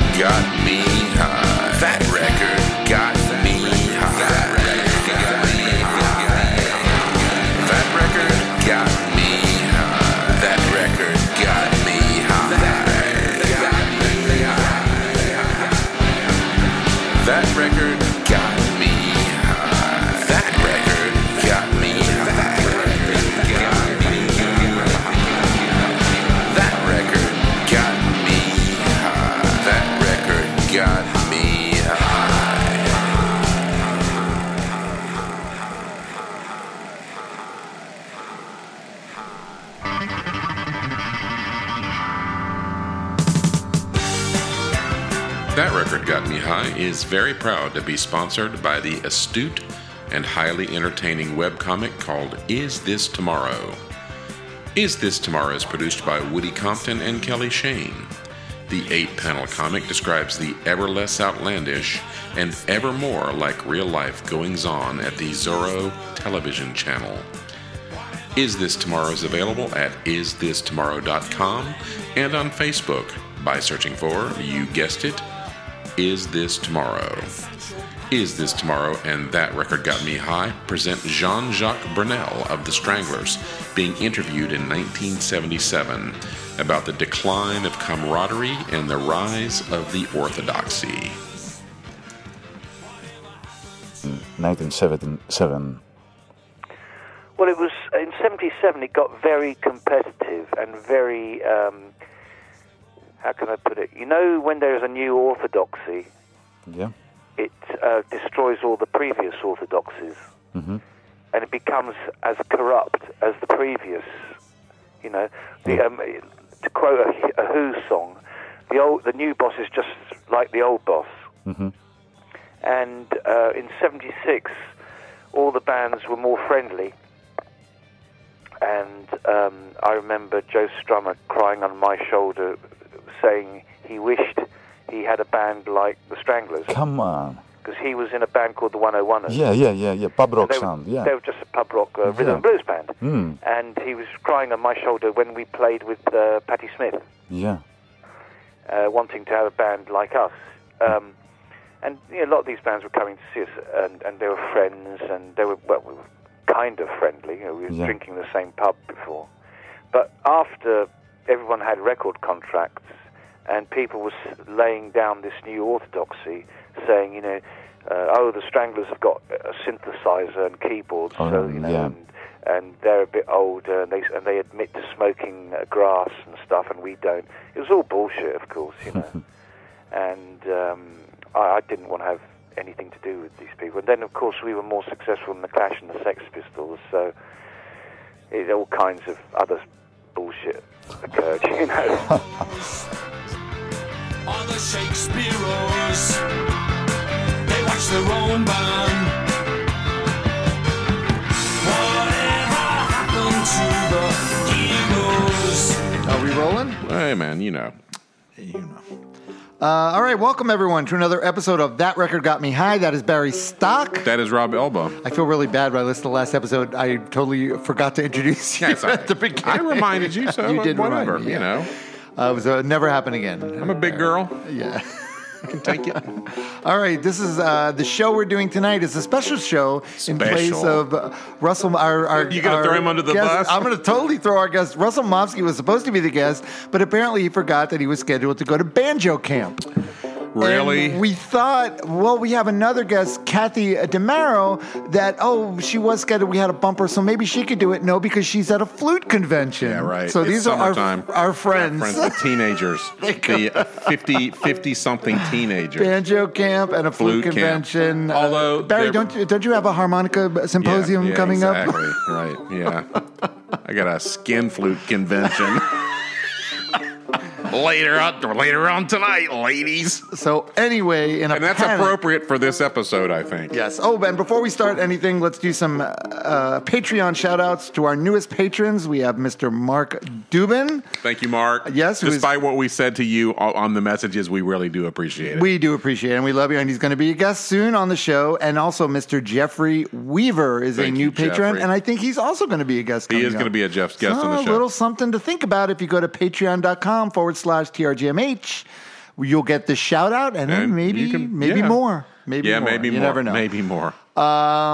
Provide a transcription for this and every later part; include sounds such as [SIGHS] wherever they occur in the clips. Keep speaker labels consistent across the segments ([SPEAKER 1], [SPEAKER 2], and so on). [SPEAKER 1] me high. That record got me high. That record got me high. That record got me high. That record got me high. That record got me high. That record got me high. That record got me high. That record got me high. That Record Got Me High is very proud to be sponsored by the astute and highly entertaining webcomic called Is This Tomorrow? Is This Tomorrow is produced by Woody Compton and Kelly Shane. The eight panel comic describes the ever less outlandish and ever more like real life goings on at the Zorro television channel. Is This Tomorrow is available at isthistomorrow.com and on Facebook by searching for, you guessed it, Is This Tomorrow. Is This Tomorrow and That Record Got Me High present Jean Jacques Brunel of The Stranglers being interviewed in 1977 about the decline of camaraderie and the rise of the orthodoxy.
[SPEAKER 2] 1977.
[SPEAKER 3] Well, it was in '77. It got very competitive and very. Um, how can I put it? You know, when there is a new orthodoxy,
[SPEAKER 2] Yeah.
[SPEAKER 3] it uh, destroys all the previous orthodoxies,
[SPEAKER 2] Mhm.
[SPEAKER 3] and it becomes as corrupt as the previous. You know, the, um, to quote a, a Who song, the old, the new boss is just like the old boss.
[SPEAKER 2] Mhm.
[SPEAKER 3] And uh, in '76, all the bands were more friendly. And um, I remember Joe Strummer crying on my shoulder, saying he wished he had a band like the Stranglers
[SPEAKER 2] Come on.
[SPEAKER 3] because he was in a band called the 101ers.
[SPEAKER 2] Yeah, yeah, yeah, yeah. Pub rock
[SPEAKER 3] they,
[SPEAKER 2] sound.
[SPEAKER 3] were,
[SPEAKER 2] Yeah.
[SPEAKER 3] they were just a pub rock uh, rhythm
[SPEAKER 2] Yeah.
[SPEAKER 3] and blues band.
[SPEAKER 2] Mm.
[SPEAKER 3] And he was crying on my shoulder when we played with uh, Patti Smith,
[SPEAKER 2] Yeah.
[SPEAKER 3] uh, wanting to have a band like us. Um, and you know, a lot of these bands were coming to see us, and, and they were friends, and they were, well, we were kind of friendly. You know, we were
[SPEAKER 2] Yeah.
[SPEAKER 3] drinking the same pub before. But after everyone had record contracts, and people was laying down this new orthodoxy, saying, you know, uh, oh, the Stranglers have got a synthesizer and keyboards,
[SPEAKER 2] Oh,
[SPEAKER 3] so you know,
[SPEAKER 2] yeah.
[SPEAKER 3] and, and they're a bit older, and they and they admit to smoking uh, grass and stuff, and we don't. It was all bullshit, of course, you
[SPEAKER 2] [LAUGHS]
[SPEAKER 3] know. and um, I, I didn't want to have anything to do with these people. And then, of course, we were more successful than the Clash and the Sex Pistols, so it, all kinds of other bullshit occurred, [LAUGHS] you know.
[SPEAKER 4] on the Shakespeareos. They watch their own band. Whatever happened to the heroes?
[SPEAKER 5] Are we rolling? Uh,
[SPEAKER 1] Hey, man, you know.
[SPEAKER 5] You know. Uh, all right, welcome everyone to another episode of That Record Got Me High. That is Barry Stock.
[SPEAKER 1] That is Rob [LAUGHS] Elba.
[SPEAKER 5] I feel really bad when I listened to the last episode. I totally forgot to introduce you
[SPEAKER 1] Yes, I-
[SPEAKER 5] at the beginning.
[SPEAKER 1] I reminded you, so
[SPEAKER 5] you did
[SPEAKER 1] whatever,
[SPEAKER 5] remind me,
[SPEAKER 1] you know.
[SPEAKER 5] Uh, it was uh, never happen again.
[SPEAKER 1] I'm a big [LAUGHS] girl.
[SPEAKER 5] Yeah.
[SPEAKER 1] I can take it.
[SPEAKER 5] All right, this is uh, the show we're doing tonight. It's a special show in place
[SPEAKER 1] Special.
[SPEAKER 5] of uh, Russell. Our, our
[SPEAKER 1] You gonna
[SPEAKER 5] our
[SPEAKER 1] throw him under the
[SPEAKER 5] guest-
[SPEAKER 1] bus?
[SPEAKER 5] I'm going to totally throw our guest. Russell Momsky was supposed to be the guest, but apparently he forgot that he was scheduled to go to banjo camp.
[SPEAKER 1] Really?
[SPEAKER 5] And we thought, well, we have another guest, Kathy Demaro, that oh, she was scheduled. We had a bumper, so maybe she could do it. No, because she's at a flute convention.
[SPEAKER 1] Yeah, right.
[SPEAKER 5] So
[SPEAKER 1] It's
[SPEAKER 5] these are
[SPEAKER 1] summertime.
[SPEAKER 5] our our friends.
[SPEAKER 1] Friends, the
[SPEAKER 5] [LAUGHS]
[SPEAKER 1] [LAUGHS] teenagers,
[SPEAKER 5] They go-
[SPEAKER 1] the uh, 50, 50 something teenagers.
[SPEAKER 5] Banjo camp and a flute,
[SPEAKER 1] Flute camp.
[SPEAKER 5] convention. Uh,
[SPEAKER 1] Although
[SPEAKER 5] Barry,
[SPEAKER 1] there-
[SPEAKER 5] don't you, don't you have a harmonica
[SPEAKER 1] Yeah,
[SPEAKER 5] symposium
[SPEAKER 1] yeah,
[SPEAKER 5] coming up?
[SPEAKER 1] exactly. Right. Yeah. I got a skin flute convention. later on later on tonight, ladies.
[SPEAKER 5] [LAUGHS] So anyway, in a
[SPEAKER 1] And that's
[SPEAKER 5] panic-
[SPEAKER 1] appropriate for this episode, I think.
[SPEAKER 5] Yes. Oh, and before we start anything, let's do some uh, uh, Patreon shout outs to our newest patrons. We have Mr. Mark Dubin.
[SPEAKER 1] Thank you, Mark.
[SPEAKER 5] Yes, who is-
[SPEAKER 1] Despite what we said to you o- on the messages, we really do appreciate it.
[SPEAKER 5] We do appreciate it, and we love you. And he's going to be a guest soon on the show. And also, Mr. Jeffrey Weaver is a
[SPEAKER 1] Thank
[SPEAKER 5] new
[SPEAKER 1] you,
[SPEAKER 5] patron,
[SPEAKER 1] Jeffrey.
[SPEAKER 5] and I think he's also going to be a guest.
[SPEAKER 1] He
[SPEAKER 5] coming
[SPEAKER 1] is
[SPEAKER 5] up.
[SPEAKER 1] going to be a Jeff's guest on the
[SPEAKER 5] So,
[SPEAKER 1] show.
[SPEAKER 5] A little something to think about if you go to patreon.com forward slash trgmh. you'll get the shout out and, then
[SPEAKER 1] And
[SPEAKER 5] maybe
[SPEAKER 1] you can-
[SPEAKER 5] maybe
[SPEAKER 1] yeah.
[SPEAKER 5] more. Maybe
[SPEAKER 1] yeah,
[SPEAKER 5] more.
[SPEAKER 1] maybe
[SPEAKER 5] you
[SPEAKER 1] more.
[SPEAKER 5] never know.
[SPEAKER 1] Maybe more. it's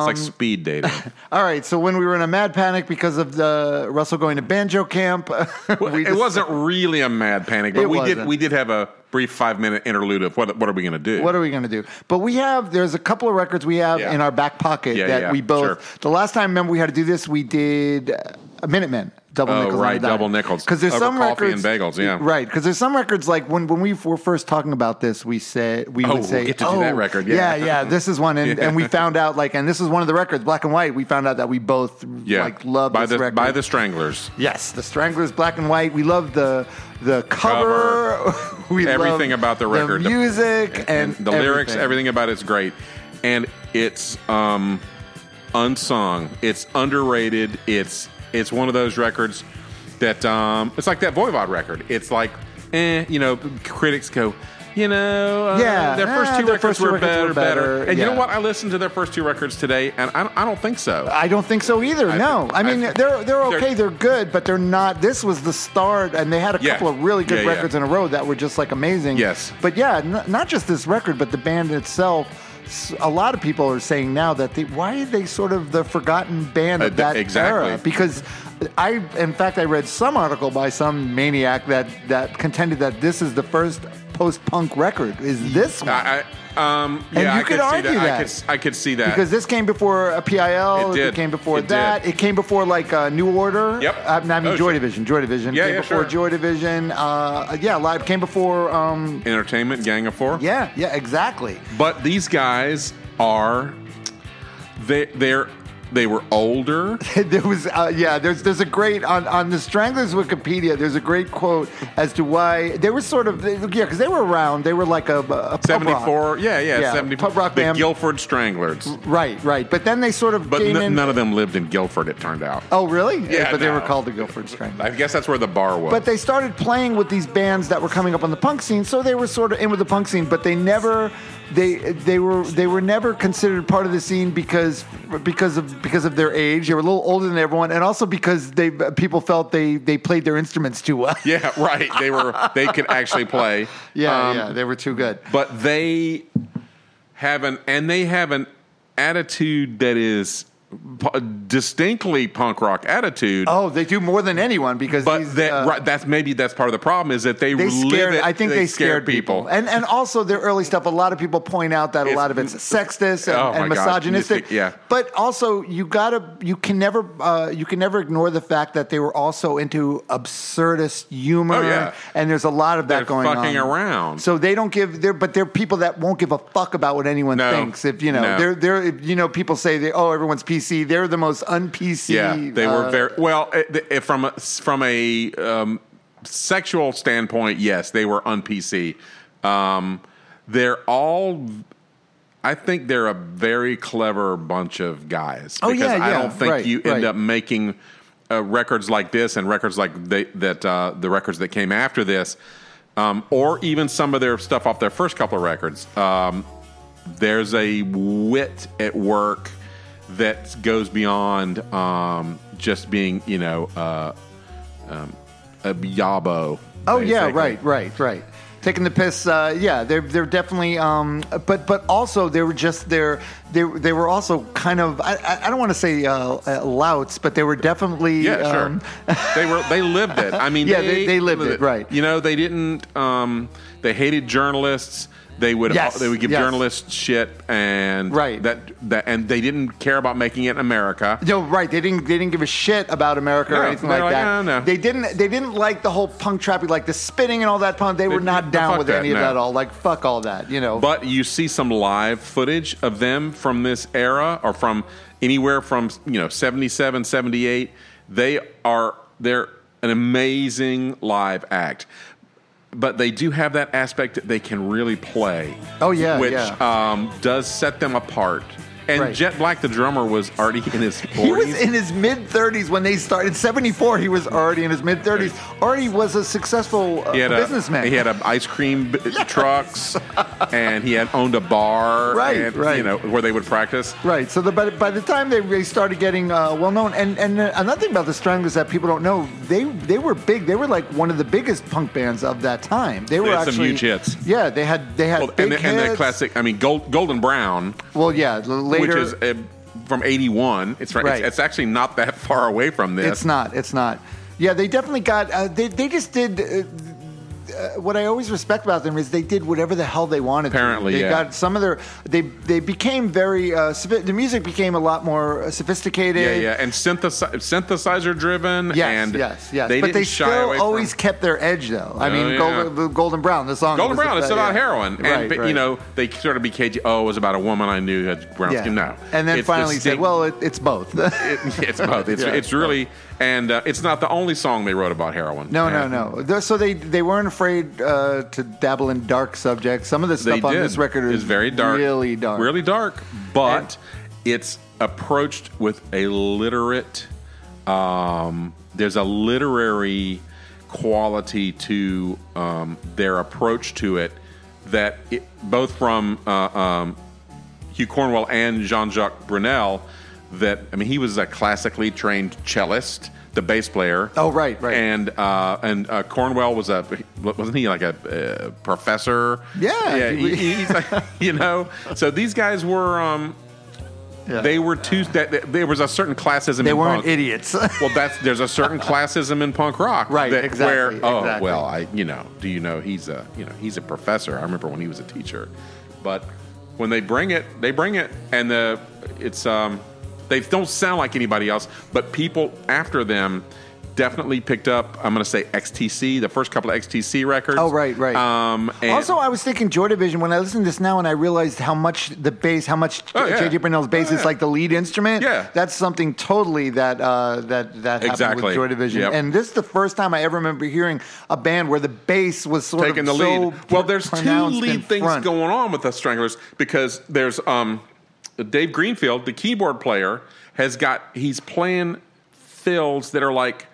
[SPEAKER 1] like speed dating.
[SPEAKER 5] All right, so when [LAUGHS] we were in a mad panic because of the Russell going to banjo camp, [LAUGHS]
[SPEAKER 1] Well, it wasn't really a mad panic, but
[SPEAKER 5] It
[SPEAKER 1] we did
[SPEAKER 5] wasn't.
[SPEAKER 1] we did have a brief five minute interlude of what what are we going to do?
[SPEAKER 5] What are we going to do? But we have there's a couple of records we have
[SPEAKER 1] Yeah.
[SPEAKER 5] in our back pocket
[SPEAKER 1] Yeah,
[SPEAKER 5] that
[SPEAKER 1] yeah,
[SPEAKER 5] we both.
[SPEAKER 1] sure.
[SPEAKER 5] The last time, remember, we had to do this. We did uh, a Minutemen double
[SPEAKER 1] Oh,
[SPEAKER 5] nickels.
[SPEAKER 1] right, double nickels.
[SPEAKER 5] Because there's
[SPEAKER 1] Over
[SPEAKER 5] some
[SPEAKER 1] coffee
[SPEAKER 5] records
[SPEAKER 1] and bagels, yeah.
[SPEAKER 5] right. Because there's some records like when when we were first talking about this, we said we
[SPEAKER 1] Oh,
[SPEAKER 5] would
[SPEAKER 1] we'll
[SPEAKER 5] say
[SPEAKER 1] get to do that record, yeah."
[SPEAKER 5] yeah, This is
[SPEAKER 1] [LAUGHS]
[SPEAKER 5] one, and, and we found out like, and this is one of the records, black and white. We found out that we both
[SPEAKER 1] yeah,
[SPEAKER 5] like love
[SPEAKER 1] by
[SPEAKER 5] this
[SPEAKER 1] the
[SPEAKER 5] record
[SPEAKER 1] by the Stranglers.
[SPEAKER 5] Yes, the Stranglers, black and white. We love the the cover. [LAUGHS] we
[SPEAKER 1] everything
[SPEAKER 5] love
[SPEAKER 1] about the record,
[SPEAKER 5] the music, and,
[SPEAKER 1] the lyrics, everything about it's great, and it's um, unsung. It's underrated. It's it's one of those records that um, it's like that Voivod record. It's like, eh, you know, critics go. You know, uh,
[SPEAKER 5] Yeah,
[SPEAKER 1] their first
[SPEAKER 5] eh,
[SPEAKER 1] two
[SPEAKER 5] their
[SPEAKER 1] records,
[SPEAKER 5] first two
[SPEAKER 1] were,
[SPEAKER 5] records
[SPEAKER 1] better,
[SPEAKER 5] were
[SPEAKER 1] better,
[SPEAKER 5] better,
[SPEAKER 1] And you know
[SPEAKER 5] yeah.
[SPEAKER 1] what? I listened to their first two records today, and I, I don't think so.
[SPEAKER 5] I don't think so either.
[SPEAKER 1] I
[SPEAKER 5] no,
[SPEAKER 1] think-
[SPEAKER 5] I mean
[SPEAKER 1] I-
[SPEAKER 5] they're they're
[SPEAKER 1] they're-
[SPEAKER 5] okay, they're, good, but they're not. This was the start, and they had a
[SPEAKER 1] Yeah.
[SPEAKER 5] couple of really good
[SPEAKER 1] Yeah, yeah.
[SPEAKER 5] records in a row that were just like amazing.
[SPEAKER 1] Yes.
[SPEAKER 5] but yeah, n- not just this record, but the band itself. S- A lot of people are saying now that they, why are they sort of the forgotten band
[SPEAKER 1] Uh,
[SPEAKER 5] of
[SPEAKER 1] th-
[SPEAKER 5] that
[SPEAKER 1] exactly.
[SPEAKER 5] era? Because I, in fact, I read some article by some maniac that that contended that this is the first post-punk record. Is this one?
[SPEAKER 1] I, I, um, yeah,
[SPEAKER 5] And you
[SPEAKER 1] I
[SPEAKER 5] could
[SPEAKER 1] see
[SPEAKER 5] argue
[SPEAKER 1] that.
[SPEAKER 5] that.
[SPEAKER 1] I could, s- I could see that
[SPEAKER 5] because this came before a PIL.
[SPEAKER 1] It
[SPEAKER 5] It,
[SPEAKER 1] did.
[SPEAKER 5] came before
[SPEAKER 1] It
[SPEAKER 5] that.
[SPEAKER 1] did.
[SPEAKER 5] It came before like uh, New Order.
[SPEAKER 1] Yep.
[SPEAKER 5] Uh, I mean
[SPEAKER 1] Oh,
[SPEAKER 5] Joy
[SPEAKER 1] sure.
[SPEAKER 5] Division. Joy Division.
[SPEAKER 1] Yeah,
[SPEAKER 5] came
[SPEAKER 1] yeah,
[SPEAKER 5] before
[SPEAKER 1] sure.
[SPEAKER 5] Joy Division. Uh, yeah, live came before. Um,
[SPEAKER 1] entertainment gang of four.
[SPEAKER 5] yeah, yeah, exactly. [LAUGHS]
[SPEAKER 1] But these guys are they they're they were
[SPEAKER 5] [LAUGHS]
[SPEAKER 1] older.
[SPEAKER 5] there was uh, yeah there's there's a great on on the stranglers wikipedia there's a great quote as to why they were sort of they, yeah because they were around they were like a, a pub
[SPEAKER 1] Seventy
[SPEAKER 5] rock.
[SPEAKER 1] four, yeah, yeah,
[SPEAKER 5] Yeah,
[SPEAKER 1] seventy four.
[SPEAKER 5] pub rock
[SPEAKER 1] the
[SPEAKER 5] band.
[SPEAKER 1] Guilford Stranglers,
[SPEAKER 5] right right but then they sort of
[SPEAKER 1] but
[SPEAKER 5] came
[SPEAKER 1] n-
[SPEAKER 5] in
[SPEAKER 1] none of them lived in Guilford. It turned out.
[SPEAKER 5] oh really
[SPEAKER 1] Yeah,
[SPEAKER 5] but they
[SPEAKER 1] no.
[SPEAKER 5] were called the guilford stranglers
[SPEAKER 1] I guess that's where the bar was.
[SPEAKER 5] But they started playing with these bands that were coming up on the punk scene, so they were sort of in with the punk scene, but they never they they were they were never considered part of the scene because because of because of their age. They were a little older than everyone and also because they people felt they they played their instruments too well.
[SPEAKER 1] [LAUGHS]
[SPEAKER 5] [LAUGHS]
[SPEAKER 1] yeah, right. They were they could actually play.
[SPEAKER 5] Yeah,
[SPEAKER 1] Um,
[SPEAKER 5] yeah, they were too good.
[SPEAKER 1] But they have an and they have an attitude that is pu- distinctly punk rock attitude.
[SPEAKER 5] Oh, they do more than anyone because
[SPEAKER 1] But
[SPEAKER 5] these,
[SPEAKER 1] that
[SPEAKER 5] uh,
[SPEAKER 1] right, that's maybe that's part of the problem is that they,
[SPEAKER 5] they
[SPEAKER 1] live
[SPEAKER 5] scared.
[SPEAKER 1] it-
[SPEAKER 5] I think they, scared people. and and also their early stuff. A lot of people point out that a
[SPEAKER 1] It's-
[SPEAKER 5] lot of it's sexist and,
[SPEAKER 1] Oh
[SPEAKER 5] and
[SPEAKER 1] my God.
[SPEAKER 5] misogynistic.
[SPEAKER 1] Yeah.
[SPEAKER 5] but also you gotta you can never uh, you can never ignore the fact that they were also into absurdist humor.
[SPEAKER 1] Oh, yeah.
[SPEAKER 5] and there's a lot of that
[SPEAKER 1] They're
[SPEAKER 5] going
[SPEAKER 1] fucking
[SPEAKER 5] on.
[SPEAKER 1] around.
[SPEAKER 5] So they don't give. They're but they're people that won't give a fuck about what anyone
[SPEAKER 1] No.
[SPEAKER 5] thinks. If you know,
[SPEAKER 1] No.
[SPEAKER 5] they're they're if, you know people say they oh everyone's PC. They're the most un PC.
[SPEAKER 1] Yeah, they were
[SPEAKER 5] uh,
[SPEAKER 1] very well it, it, from a, from a um, sexual standpoint. Yes, they were on PC. Um, they're all. I think they're a very clever bunch of guys.
[SPEAKER 5] Oh,
[SPEAKER 1] because
[SPEAKER 5] yeah,
[SPEAKER 1] I
[SPEAKER 5] yeah,
[SPEAKER 1] don't think
[SPEAKER 5] right,
[SPEAKER 1] you end
[SPEAKER 5] right.
[SPEAKER 1] up making uh, records like this and records like they, that uh, the records that came after this, um, or even some of their stuff off their first couple of records. Um, there's a wit at work that goes beyond um, just being, you know, uh, um, a yabo.
[SPEAKER 5] Oh yeah,
[SPEAKER 1] basically.
[SPEAKER 5] right, right, right. Taking the piss, uh, yeah, they're they're definitely, um, but but also they were just they're they they were also kind of I- I, I don't want to say uh, uh, louts, but they were definitely
[SPEAKER 1] Yeah, sure.
[SPEAKER 5] um,
[SPEAKER 1] [LAUGHS] they were they lived it. I mean,
[SPEAKER 5] [LAUGHS] Yeah, they- they lived it, right.
[SPEAKER 1] You know, they didn't. Um, they hated journalists. They would
[SPEAKER 5] Yes,
[SPEAKER 1] they would give
[SPEAKER 5] yes.
[SPEAKER 1] journalists shit and
[SPEAKER 5] Right.
[SPEAKER 1] that that and they didn't care about making it in America.
[SPEAKER 5] No, right. They didn't. They didn't give a shit about America
[SPEAKER 1] No,
[SPEAKER 5] or anything
[SPEAKER 1] they're
[SPEAKER 5] like,
[SPEAKER 1] like, "No,
[SPEAKER 5] that.
[SPEAKER 1] no, no."
[SPEAKER 5] They didn't. They didn't like the whole punk trapping, like the spitting and all that punk. They were not
[SPEAKER 1] no,
[SPEAKER 5] down
[SPEAKER 1] fuck
[SPEAKER 5] with
[SPEAKER 1] that,
[SPEAKER 5] any
[SPEAKER 1] no.
[SPEAKER 5] of that. All like fuck all that. You know.
[SPEAKER 1] But you see some live footage of them from this era or from anywhere from, you know, 77, 78. They are they're an amazing live act. But they do have that aspect that they can really play.
[SPEAKER 5] Oh, yeah,
[SPEAKER 1] which
[SPEAKER 5] yeah.
[SPEAKER 1] um, does set them apart. And And
[SPEAKER 5] right.
[SPEAKER 1] Jet Black, the drummer, was already in his 40s.
[SPEAKER 5] [LAUGHS] He was in his mid 30s when they started. In 74, he was already in his mid 30s. Already was a successful uh,
[SPEAKER 1] He had a
[SPEAKER 5] businessman.
[SPEAKER 1] He had a ice cream
[SPEAKER 5] [LAUGHS]
[SPEAKER 1] b- trucks, and he had owned a bar,
[SPEAKER 5] Right,
[SPEAKER 1] and, You
[SPEAKER 5] right.
[SPEAKER 1] know where they would practice.
[SPEAKER 5] Right. So the, by, by the time they, they started getting uh, well known, and, and uh, another thing about the Stranglers that people don't know, they they were big. They were like one of the biggest punk bands of that time. They were
[SPEAKER 1] had some
[SPEAKER 5] actually
[SPEAKER 1] huge hits.
[SPEAKER 5] Yeah, they had they had
[SPEAKER 1] Well,
[SPEAKER 5] big
[SPEAKER 1] and, the,
[SPEAKER 5] hits.
[SPEAKER 1] and the classic, I mean, Gold, Golden Brown,
[SPEAKER 5] Well, yeah. l- Later,
[SPEAKER 1] which is uh, from '81. It's right.
[SPEAKER 5] Right.
[SPEAKER 1] It's, it's actually not that far away from this.
[SPEAKER 5] It's not. It's not. Yeah, they definitely got. Uh, they they just did. Uh, uh, what I always respect about them is they did whatever the hell they wanted.
[SPEAKER 1] Apparently,
[SPEAKER 5] to. they
[SPEAKER 1] yeah.
[SPEAKER 5] got some of their. They they became very. Uh, sophi- the music became a lot more uh, sophisticated.
[SPEAKER 1] Yeah, yeah, and synthesi- synthesizer driven.
[SPEAKER 5] Yes,
[SPEAKER 1] and
[SPEAKER 5] yes, yes.
[SPEAKER 1] They
[SPEAKER 5] but
[SPEAKER 1] didn't
[SPEAKER 5] they
[SPEAKER 1] shy
[SPEAKER 5] still
[SPEAKER 1] away
[SPEAKER 5] always
[SPEAKER 1] from,
[SPEAKER 5] kept their edge, though. I
[SPEAKER 1] Oh,
[SPEAKER 5] mean,
[SPEAKER 1] yeah.
[SPEAKER 5] Golden, the Golden Brown, the song.
[SPEAKER 1] Golden
[SPEAKER 5] was
[SPEAKER 1] Brown. It's about
[SPEAKER 5] yeah.
[SPEAKER 1] heroin, and
[SPEAKER 5] Right,
[SPEAKER 1] but, you
[SPEAKER 5] right.
[SPEAKER 1] know they sort of became. Oh, it was about a woman I knew who had brown
[SPEAKER 5] yeah.
[SPEAKER 1] skin. No,
[SPEAKER 5] And then
[SPEAKER 1] It's the
[SPEAKER 5] finally said,
[SPEAKER 1] stigma.
[SPEAKER 5] "Well, it, it's both."
[SPEAKER 1] It- [LAUGHS] it's both. It's,
[SPEAKER 5] Yeah.
[SPEAKER 1] it's really, and uh, it's not the only song they wrote about heroin.
[SPEAKER 5] [LAUGHS] No,
[SPEAKER 1] Yeah.
[SPEAKER 5] no, no. Th- So they they weren't afraid uh, to dabble in dark subjects. Some of the
[SPEAKER 1] They
[SPEAKER 5] stuff on
[SPEAKER 1] did.
[SPEAKER 5] this record
[SPEAKER 1] It's
[SPEAKER 5] is
[SPEAKER 1] very dark,
[SPEAKER 5] really dark.
[SPEAKER 1] really dark. But it's approached with a literate. Um, there's a literary quality to um, their approach to it that it, both from uh, um, Hugh Cornwell and Jean-Jacques Brunel. That I mean, he was a classically trained cellist, the bass player.
[SPEAKER 5] Oh, right, right.
[SPEAKER 1] And uh, and uh, Cornwell was a wasn't he like a uh, professor?
[SPEAKER 5] Yeah.
[SPEAKER 1] yeah. he- he's
[SPEAKER 5] [LAUGHS]
[SPEAKER 1] like, you know, so these guys were um,
[SPEAKER 5] Yeah.
[SPEAKER 1] they were two. That, that- there was a certain classism.
[SPEAKER 5] They
[SPEAKER 1] in
[SPEAKER 5] weren't
[SPEAKER 1] punk.
[SPEAKER 5] idiots. [LAUGHS]
[SPEAKER 1] Well, that's there's a certain classism in punk rock,
[SPEAKER 5] Right,
[SPEAKER 1] that-
[SPEAKER 5] exactly,
[SPEAKER 1] Where oh
[SPEAKER 5] exactly.
[SPEAKER 1] well, I you know, do you know he's a you know he's a professor. I remember when he was a teacher, but when they bring it, they bring it, and the it's um they don't sound like anybody else, but people after them definitely picked up. I'm going to say XTC, the first couple of XTC records.
[SPEAKER 5] Oh, right, right.
[SPEAKER 1] Um, and-
[SPEAKER 5] also, I was thinking Joy Division when I listened to this now, and I realized how much the bass, how much
[SPEAKER 1] Oh, yeah.
[SPEAKER 5] JJ Brunel's bass
[SPEAKER 1] Oh,
[SPEAKER 5] is
[SPEAKER 1] yeah.
[SPEAKER 5] like the lead instrument.
[SPEAKER 1] Yeah.
[SPEAKER 5] that's something totally that uh, that that happened
[SPEAKER 1] Exactly.
[SPEAKER 5] with Joy Division.
[SPEAKER 1] Yep.
[SPEAKER 5] And this is the first time I ever remember hearing a band where the bass was sort
[SPEAKER 1] taking
[SPEAKER 5] of
[SPEAKER 1] the
[SPEAKER 5] so
[SPEAKER 1] lead. Well, there's two
[SPEAKER 5] pronounced in
[SPEAKER 1] lead things
[SPEAKER 5] front.
[SPEAKER 1] going on with the Stranglers because there's um, Dave Greenfield, the keyboard player, has got he's playing fills that are like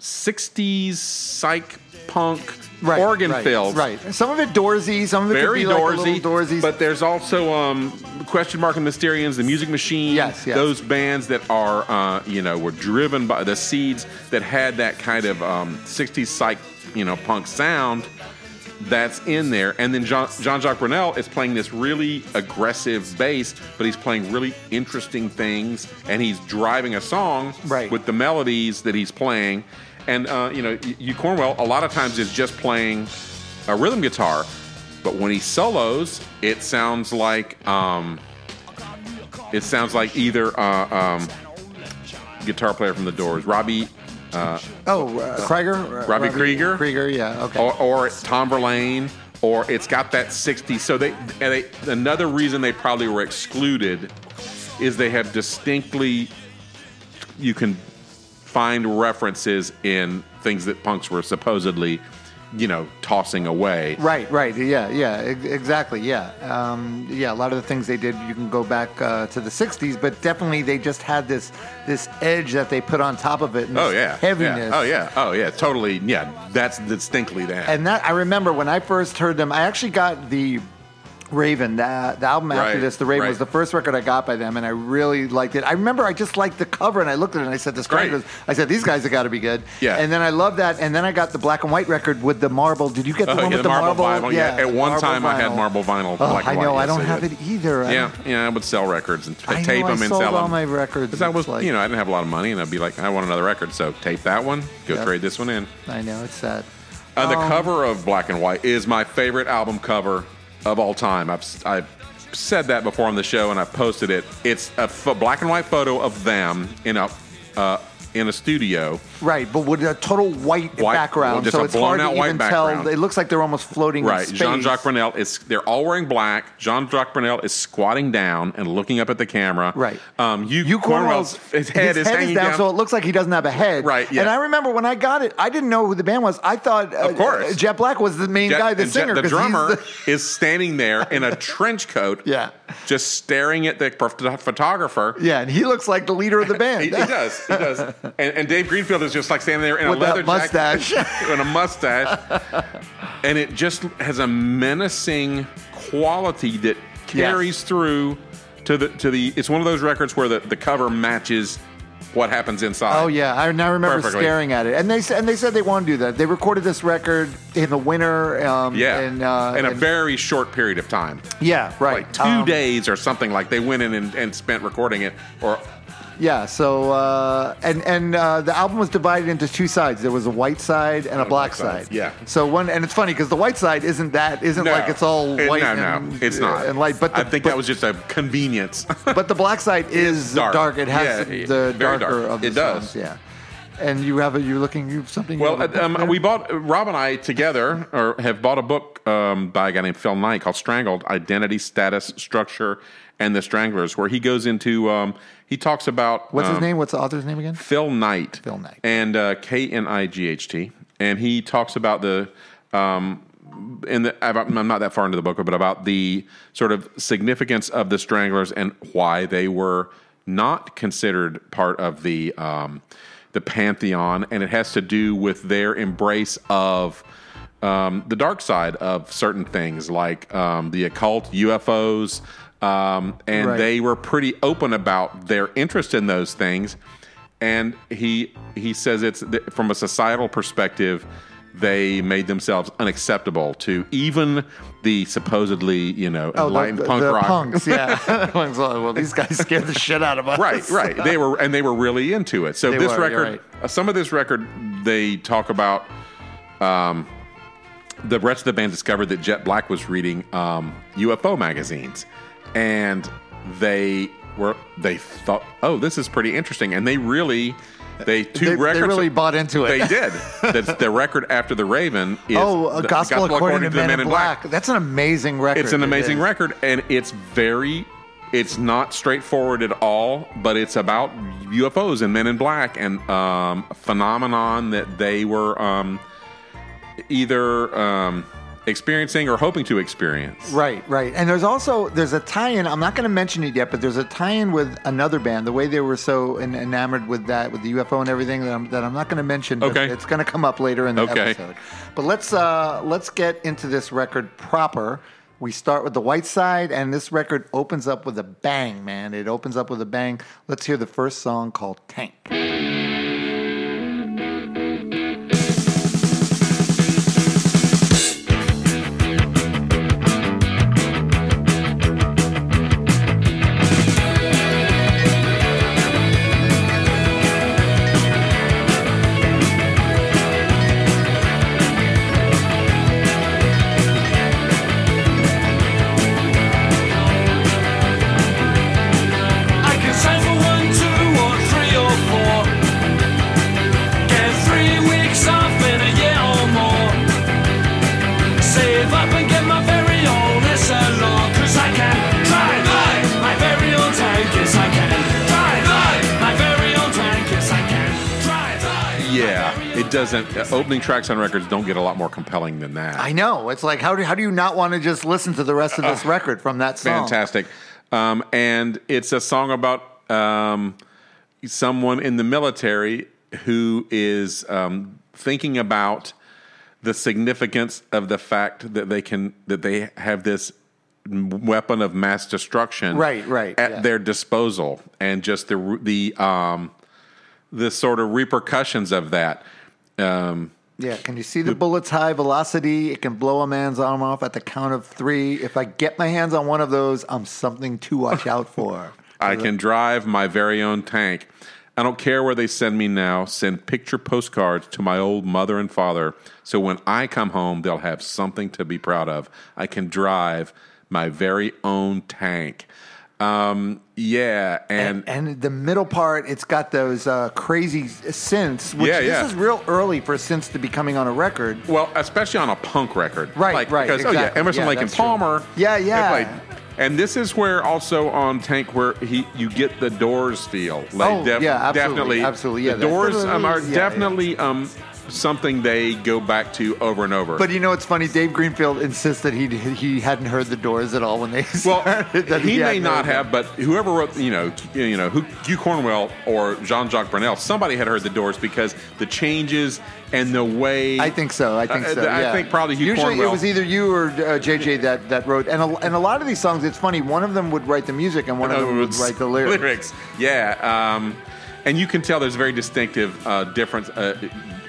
[SPEAKER 1] '60s psych punk
[SPEAKER 5] Right,
[SPEAKER 1] organ
[SPEAKER 5] right,
[SPEAKER 1] fills,
[SPEAKER 5] Right. Some of it doorsy. Some of it
[SPEAKER 1] Very
[SPEAKER 5] could be
[SPEAKER 1] doorsy,
[SPEAKER 5] like a little doorsy.
[SPEAKER 1] but there's also um, question mark and Mysterians, the Music Machine.
[SPEAKER 5] Yes, yes.
[SPEAKER 1] Those bands that are uh, you know were driven by the seeds that had that kind of um, '60s psych you know punk sound that's in there. And then John John Jacques Brunel is playing this really aggressive bass, but he's playing really interesting things, and he's driving a song
[SPEAKER 5] Right.
[SPEAKER 1] with the melodies that he's playing. And uh, you know, y- you Cornwell a lot of times is just playing a rhythm guitar, but when he solos, it sounds like um, it sounds like either uh, um, guitar player from the Doors, Robbie
[SPEAKER 5] oh, uh, Krieger.
[SPEAKER 1] Robbie Krieger?
[SPEAKER 5] Krieger. Yeah. Okay.
[SPEAKER 1] or, or it's Tom Verlaine, or it's got that 60. So they, and they another reason they probably were excluded is they have distinctly you can find references in things that punks were supposedly, you know, tossing away.
[SPEAKER 5] Right, right, yeah, yeah, ex- exactly, yeah, um, yeah. A lot of the things they did, you can go back uh, to the '60s, but definitely they just had this this edge that they put on top of it. And
[SPEAKER 1] Oh
[SPEAKER 5] this
[SPEAKER 1] yeah.
[SPEAKER 5] heaviness.
[SPEAKER 1] Yeah. Oh yeah. Oh yeah. Totally. Yeah. That's distinctly that.
[SPEAKER 5] And that I remember when I first heard them, I actually got the Raven, the, the album after
[SPEAKER 1] Right,
[SPEAKER 5] this, the Raven
[SPEAKER 1] right.
[SPEAKER 5] was the first record I got by them, and I really liked it. I remember I just liked the cover, and I looked at it and I said, "This
[SPEAKER 1] Great.
[SPEAKER 5] Stranglers." I said, "These guys have got to be good."
[SPEAKER 1] Yeah.
[SPEAKER 5] And then I loved that, and then I got the black and white record with the marble. Did you get the
[SPEAKER 1] Oh,
[SPEAKER 5] one
[SPEAKER 1] yeah,
[SPEAKER 5] with the marble?
[SPEAKER 1] vinyl. Yeah. At one
[SPEAKER 5] marble
[SPEAKER 1] time, I had
[SPEAKER 5] vinyl.
[SPEAKER 1] marble vinyl.
[SPEAKER 5] Oh,
[SPEAKER 1] black
[SPEAKER 5] I
[SPEAKER 1] and
[SPEAKER 5] know.
[SPEAKER 1] white.
[SPEAKER 5] I
[SPEAKER 1] Yes,
[SPEAKER 5] don't
[SPEAKER 1] I
[SPEAKER 5] have
[SPEAKER 1] did.
[SPEAKER 5] it either. I
[SPEAKER 1] Yeah,
[SPEAKER 5] don't-
[SPEAKER 1] yeah, I would sell records and
[SPEAKER 5] I
[SPEAKER 1] tape
[SPEAKER 5] know, I
[SPEAKER 1] them and
[SPEAKER 5] sold
[SPEAKER 1] sell
[SPEAKER 5] all
[SPEAKER 1] them.
[SPEAKER 5] my records.
[SPEAKER 1] 'Cause I
[SPEAKER 5] It's
[SPEAKER 1] was,
[SPEAKER 5] like-
[SPEAKER 1] you know, I didn't have a lot of money, and I'd be like, I want another record, so tape that one, go
[SPEAKER 5] Yeah.
[SPEAKER 1] trade this one in.
[SPEAKER 5] I know. It's sad.
[SPEAKER 1] Uh,
[SPEAKER 5] Oh.
[SPEAKER 1] the cover of Black and White is my favorite album cover of all time. I've I've said that before on the show, and I posted it. It's a pho- black and white photo of them in a uh, in a studio.
[SPEAKER 5] Right, but with a total white,
[SPEAKER 1] White- well,
[SPEAKER 5] background,
[SPEAKER 1] just
[SPEAKER 5] so
[SPEAKER 1] a
[SPEAKER 5] it's hard to
[SPEAKER 1] blown-out white
[SPEAKER 5] even
[SPEAKER 1] background.
[SPEAKER 5] tell. It looks like they're almost floating.
[SPEAKER 1] Right,
[SPEAKER 5] in
[SPEAKER 1] Jean
[SPEAKER 5] space.
[SPEAKER 1] Jacques Brunel is they're all wearing black. Jean Jacques Brunel is squatting down and looking up at the camera.
[SPEAKER 5] Right.
[SPEAKER 1] um, you,
[SPEAKER 5] You Cornwell's
[SPEAKER 1] his head is hanging down.
[SPEAKER 5] so it looks like he doesn't have a head.
[SPEAKER 1] Right, yeah.
[SPEAKER 5] And I remember when I got it, I didn't know who the band was. I thought, uh,
[SPEAKER 1] Of course.
[SPEAKER 5] Jet Black was the main
[SPEAKER 1] Jet-
[SPEAKER 5] guy, the
[SPEAKER 1] and Jet-
[SPEAKER 5] singer,
[SPEAKER 1] the
[SPEAKER 5] 'cause he's
[SPEAKER 1] drummer,
[SPEAKER 5] the- [LAUGHS]
[SPEAKER 1] is standing there in a trench coat.
[SPEAKER 5] Yeah.
[SPEAKER 1] just staring at the ph- photographer.
[SPEAKER 5] yeah, and he looks like the
[SPEAKER 1] [LAUGHS]
[SPEAKER 5] leader of the band.
[SPEAKER 1] He, he does. He does. And, and Dave Greenfield is just like standing there in
[SPEAKER 5] With
[SPEAKER 1] a
[SPEAKER 5] that
[SPEAKER 1] leather jacket [LAUGHS]
[SPEAKER 5] mustache.
[SPEAKER 1] and a mustache, and it just has a menacing quality that carries through to the to the. It's one of those records where the, the cover matches what happens inside.
[SPEAKER 5] Oh yeah, I now remember
[SPEAKER 1] Perfectly.
[SPEAKER 5] staring at it, and they s- and they said they want to do that. They recorded this record in the winter. Um,
[SPEAKER 1] yeah,
[SPEAKER 5] and, uh,
[SPEAKER 1] in a
[SPEAKER 5] and-
[SPEAKER 1] very short period of time,
[SPEAKER 5] yeah, right,
[SPEAKER 1] like two
[SPEAKER 5] Um,
[SPEAKER 1] days or something. Like they went in and, and spent recording it, or
[SPEAKER 5] Yeah, so uh, and and uh, the album was divided into two sides. There was a white side and a black side.
[SPEAKER 1] side, Oh, yeah.
[SPEAKER 5] So one, and it's funny because the white side isn't that isn't
[SPEAKER 1] No.
[SPEAKER 5] like it's all
[SPEAKER 1] It-
[SPEAKER 5] white.
[SPEAKER 1] No,
[SPEAKER 5] and,
[SPEAKER 1] no, it's not.
[SPEAKER 5] And light, but the,
[SPEAKER 1] I think
[SPEAKER 5] but,
[SPEAKER 1] that was just a convenience.
[SPEAKER 5] [LAUGHS] But the black side is
[SPEAKER 1] dark.
[SPEAKER 5] dark. It has
[SPEAKER 1] Yeah,
[SPEAKER 5] the
[SPEAKER 1] very
[SPEAKER 5] darker
[SPEAKER 1] dark.
[SPEAKER 5] of the
[SPEAKER 1] It does.
[SPEAKER 5] songs, Yeah. And you have a you're looking you have something.
[SPEAKER 1] [LAUGHS]
[SPEAKER 5] you
[SPEAKER 1] Well,
[SPEAKER 5] have a-
[SPEAKER 1] um, we bought Rob and I together, or have bought a book um, by a guy named Phil Knight called "Strangled: Identity, Status, Structure, and the Stranglers," where he goes into um, he talks about
[SPEAKER 5] What's his
[SPEAKER 1] um,
[SPEAKER 5] name? What's the author's name again?
[SPEAKER 1] Phil Knight.
[SPEAKER 5] Phil Knight.
[SPEAKER 1] And uh, K N I G H T. And he talks about the. Um, in the, about, I'm not that far into the book, but about the sort of significance of the Stranglers and why they were not considered part of the um, the pantheon, and it has to do with their embrace of um, the dark side of certain things, like um, the occult, UFOs, um, and
[SPEAKER 5] Right.
[SPEAKER 1] they were pretty open about their interest in those things and he he says it's th- from a societal perspective they made themselves unacceptable to even the supposedly you know enlightened
[SPEAKER 5] Oh, the,
[SPEAKER 1] punk
[SPEAKER 5] the
[SPEAKER 1] rock
[SPEAKER 5] punks. [LAUGHS] Yeah. Punks, well, these guys scared the shit out of us. [LAUGHS]
[SPEAKER 1] right right they were and they were really into it so
[SPEAKER 5] They
[SPEAKER 1] this
[SPEAKER 5] were, you're
[SPEAKER 1] record
[SPEAKER 5] right.
[SPEAKER 1] uh, some of this record they talk about um the rest of the band discovered that jet black was reading um ufo magazines and they were they thought oh this is pretty interesting and they really they two
[SPEAKER 5] They, they
[SPEAKER 1] records
[SPEAKER 5] really bought into it.
[SPEAKER 1] They did.
[SPEAKER 5] [LAUGHS]
[SPEAKER 1] That's the record after the Raven is
[SPEAKER 5] Oh, a
[SPEAKER 1] the-
[SPEAKER 5] gospel, according, to, Men, in Black. That's an amazing record.
[SPEAKER 1] It's an
[SPEAKER 5] It
[SPEAKER 1] amazing
[SPEAKER 5] is.
[SPEAKER 1] record, and it's very. It's not straightforward at all, but it's about UFOs and Men in Black and um, a phenomenon that they were um, either um, experiencing or hoping to experience.
[SPEAKER 5] Right, right. And there's also there's a tie-in. I'm not going to mention it yet, but there's a tie-in with another band. The way they were so en- enamored with that, with the UFO and everything, that I'm, that I'm not going to mention. but
[SPEAKER 1] Okay.
[SPEAKER 5] it's going to come up later in the
[SPEAKER 1] Okay.
[SPEAKER 5] episode. But let's uh, let's get into this record proper. We start with the white side, and this record opens up with a bang, man. It opens up with a bang. Let's hear the first song called Tank.
[SPEAKER 1] Uh.
[SPEAKER 4] I can sign for one, two, or three, or four. Get three weeks off in a year or more. Save up and get my very own SLR, 'cause I can drive my very own tank. Yes, I can drive my very own tank. Yes, I can drive.
[SPEAKER 1] Yeah, it doesn't. uh, Opening tracks on records don't get a lot more compelling than that.
[SPEAKER 5] I know. It's like how do how do you not want to just listen to the rest of this record from that song?
[SPEAKER 1] Uh, Fantastic. Um, and it's a song about um, someone in the military who is um, thinking about the significance of the fact that they can that they have this weapon of mass destruction
[SPEAKER 5] Right, right,
[SPEAKER 1] at
[SPEAKER 5] yeah.
[SPEAKER 1] their disposal and just the the um the sort of repercussions of that um
[SPEAKER 5] Yeah, can you see the bullet's high velocity? It can blow a man's arm off at the count of three. If I get my hands on one of those, I'm something to
[SPEAKER 1] [LAUGHS]
[SPEAKER 5] watch out for.
[SPEAKER 1] I can drive my very own tank. I don't care where they send me now. Send picture postcards to my old mother and father so when I come home, they'll have something to be proud of. I can drive my very own tank. Um, Yeah, and,
[SPEAKER 5] And, and the middle part, it's got those uh, crazy synths. Which
[SPEAKER 1] Yeah,
[SPEAKER 5] this
[SPEAKER 1] yeah.
[SPEAKER 5] is real early for synths to be coming on a record.
[SPEAKER 1] well, especially on a punk record,
[SPEAKER 5] Right,
[SPEAKER 1] Like,
[SPEAKER 5] right,
[SPEAKER 1] Because oh yeah,
[SPEAKER 5] exactly.
[SPEAKER 1] Emerson,
[SPEAKER 5] Yeah,
[SPEAKER 1] Lake, and
[SPEAKER 5] that's true.
[SPEAKER 1] Palmer.
[SPEAKER 5] Yeah,
[SPEAKER 1] they
[SPEAKER 5] yeah.
[SPEAKER 1] played. and this is where also on Tank where he you get the Doors feel. Like
[SPEAKER 5] Oh, yeah, absolutely, absolutely, yeah,
[SPEAKER 1] the
[SPEAKER 5] that-
[SPEAKER 1] Doors um, are
[SPEAKER 5] Yeah, yeah.
[SPEAKER 1] definitely um something they go back to over and over.
[SPEAKER 5] But you know what's funny? Dave Greenfield insists that he he hadn't heard the Doors at all when they
[SPEAKER 1] Well,
[SPEAKER 5] started. [LAUGHS] that
[SPEAKER 1] he may
[SPEAKER 5] hadn't
[SPEAKER 1] not
[SPEAKER 5] heard them.
[SPEAKER 1] have, but whoever wrote, you know, you know, who, Hugh Cornwell or Jean-Jacques Brunel, somebody had heard the Doors because the changes and the way
[SPEAKER 5] I think so. I think
[SPEAKER 1] Uh,
[SPEAKER 5] so.
[SPEAKER 1] I
[SPEAKER 5] yeah.
[SPEAKER 1] think probably Hugh
[SPEAKER 5] Usually
[SPEAKER 1] Cornwell-
[SPEAKER 5] it was either you or uh, JJ that, that wrote. And a, and a lot of these songs, it's funny. One of them would write the music and one of them would
[SPEAKER 1] Uh, It's
[SPEAKER 5] write the lyrics.
[SPEAKER 1] Yeah, um, and you can tell there's a very distinctive uh, difference. Uh,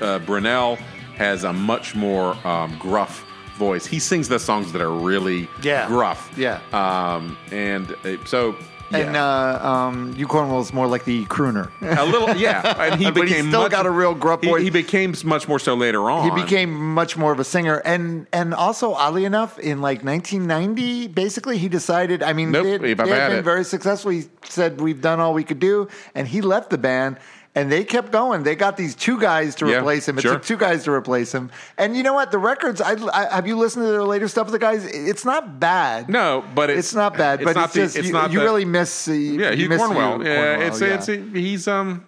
[SPEAKER 1] uh, Brunel has a much more um, gruff voice. He sings the songs that are really
[SPEAKER 5] Yeah.
[SPEAKER 1] gruff.
[SPEAKER 5] Yeah.
[SPEAKER 1] um, and uh, so. Yeah.
[SPEAKER 5] And uh, um, Hugh Cornwell's more like the crooner.
[SPEAKER 1] a little, yeah,
[SPEAKER 5] [LAUGHS]
[SPEAKER 1] and he
[SPEAKER 5] But he
[SPEAKER 1] became
[SPEAKER 5] still
[SPEAKER 1] much-
[SPEAKER 5] got a real gruff
[SPEAKER 1] he-
[SPEAKER 5] voice.
[SPEAKER 1] He, became much more so later on.
[SPEAKER 5] He became much more of a singer, and and also oddly enough, in like 1990, basically he decided. I mean,
[SPEAKER 1] Nope,
[SPEAKER 5] they,
[SPEAKER 1] if I've
[SPEAKER 5] they had
[SPEAKER 1] had
[SPEAKER 5] been
[SPEAKER 1] it.
[SPEAKER 5] very successful. He said, "We've done all we could do," and he left the band. And they kept going. They got these two guys to
[SPEAKER 1] Yeah,
[SPEAKER 5] replace him. It
[SPEAKER 1] sure.
[SPEAKER 5] took two guys to replace him. And you know what? The records. I, I have you listened to their later stuff with the guys? It's not bad.
[SPEAKER 1] No, but it's,
[SPEAKER 5] it's, not bad. but
[SPEAKER 1] not
[SPEAKER 5] it's
[SPEAKER 1] the-
[SPEAKER 5] just you,
[SPEAKER 1] not
[SPEAKER 5] you
[SPEAKER 1] the-
[SPEAKER 5] really miss. Uh,
[SPEAKER 1] yeah,
[SPEAKER 5] you
[SPEAKER 1] Hugh
[SPEAKER 5] miss
[SPEAKER 1] Cornwell.
[SPEAKER 5] Hugh
[SPEAKER 1] yeah,
[SPEAKER 5] Cornwell,
[SPEAKER 1] it's
[SPEAKER 5] yeah.
[SPEAKER 1] it's he's um,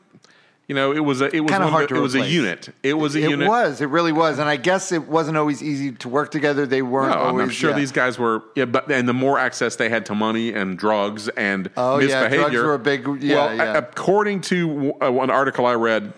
[SPEAKER 1] you know, it was a it was
[SPEAKER 5] Kinda
[SPEAKER 1] one of
[SPEAKER 5] hard
[SPEAKER 1] the-
[SPEAKER 5] to
[SPEAKER 1] it was a
[SPEAKER 5] replace.
[SPEAKER 1] unit. It was a
[SPEAKER 5] It
[SPEAKER 1] unit.
[SPEAKER 5] was. It really was. And I guess it wasn't always easy to work together. They weren't
[SPEAKER 1] No, Oh, I'm-
[SPEAKER 5] always.
[SPEAKER 1] I'm sure
[SPEAKER 5] yeah.
[SPEAKER 1] these guys were. Yeah, but and the more access they had to money and drugs and
[SPEAKER 5] Oh, yeah, drugs
[SPEAKER 1] misbehavior,
[SPEAKER 5] were a big- yeah,
[SPEAKER 1] well, a-
[SPEAKER 5] yeah.
[SPEAKER 1] according to w- uh, one article I read,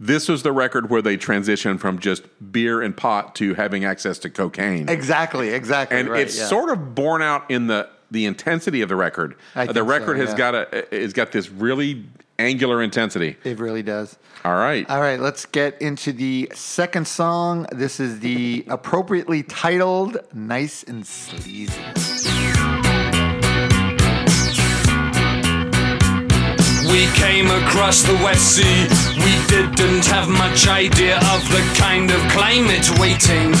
[SPEAKER 1] this was the record where they transitioned from just beer and pot to having access to cocaine.
[SPEAKER 5] Exactly, exactly.
[SPEAKER 1] and
[SPEAKER 5] right,
[SPEAKER 1] it's
[SPEAKER 5] yeah.
[SPEAKER 1] sort of borne out in the the intensity of the record. Uh,
[SPEAKER 5] I
[SPEAKER 1] the
[SPEAKER 5] think so,
[SPEAKER 1] record has
[SPEAKER 5] yeah.
[SPEAKER 1] got a has got this really angular intensity.
[SPEAKER 5] It really does.
[SPEAKER 1] All right.
[SPEAKER 5] All right, let's get into the second song. This is the appropriately titled Nice and Sleazy.
[SPEAKER 4] We came across the wet sea. We didn't have much idea of the kind of climate waiting.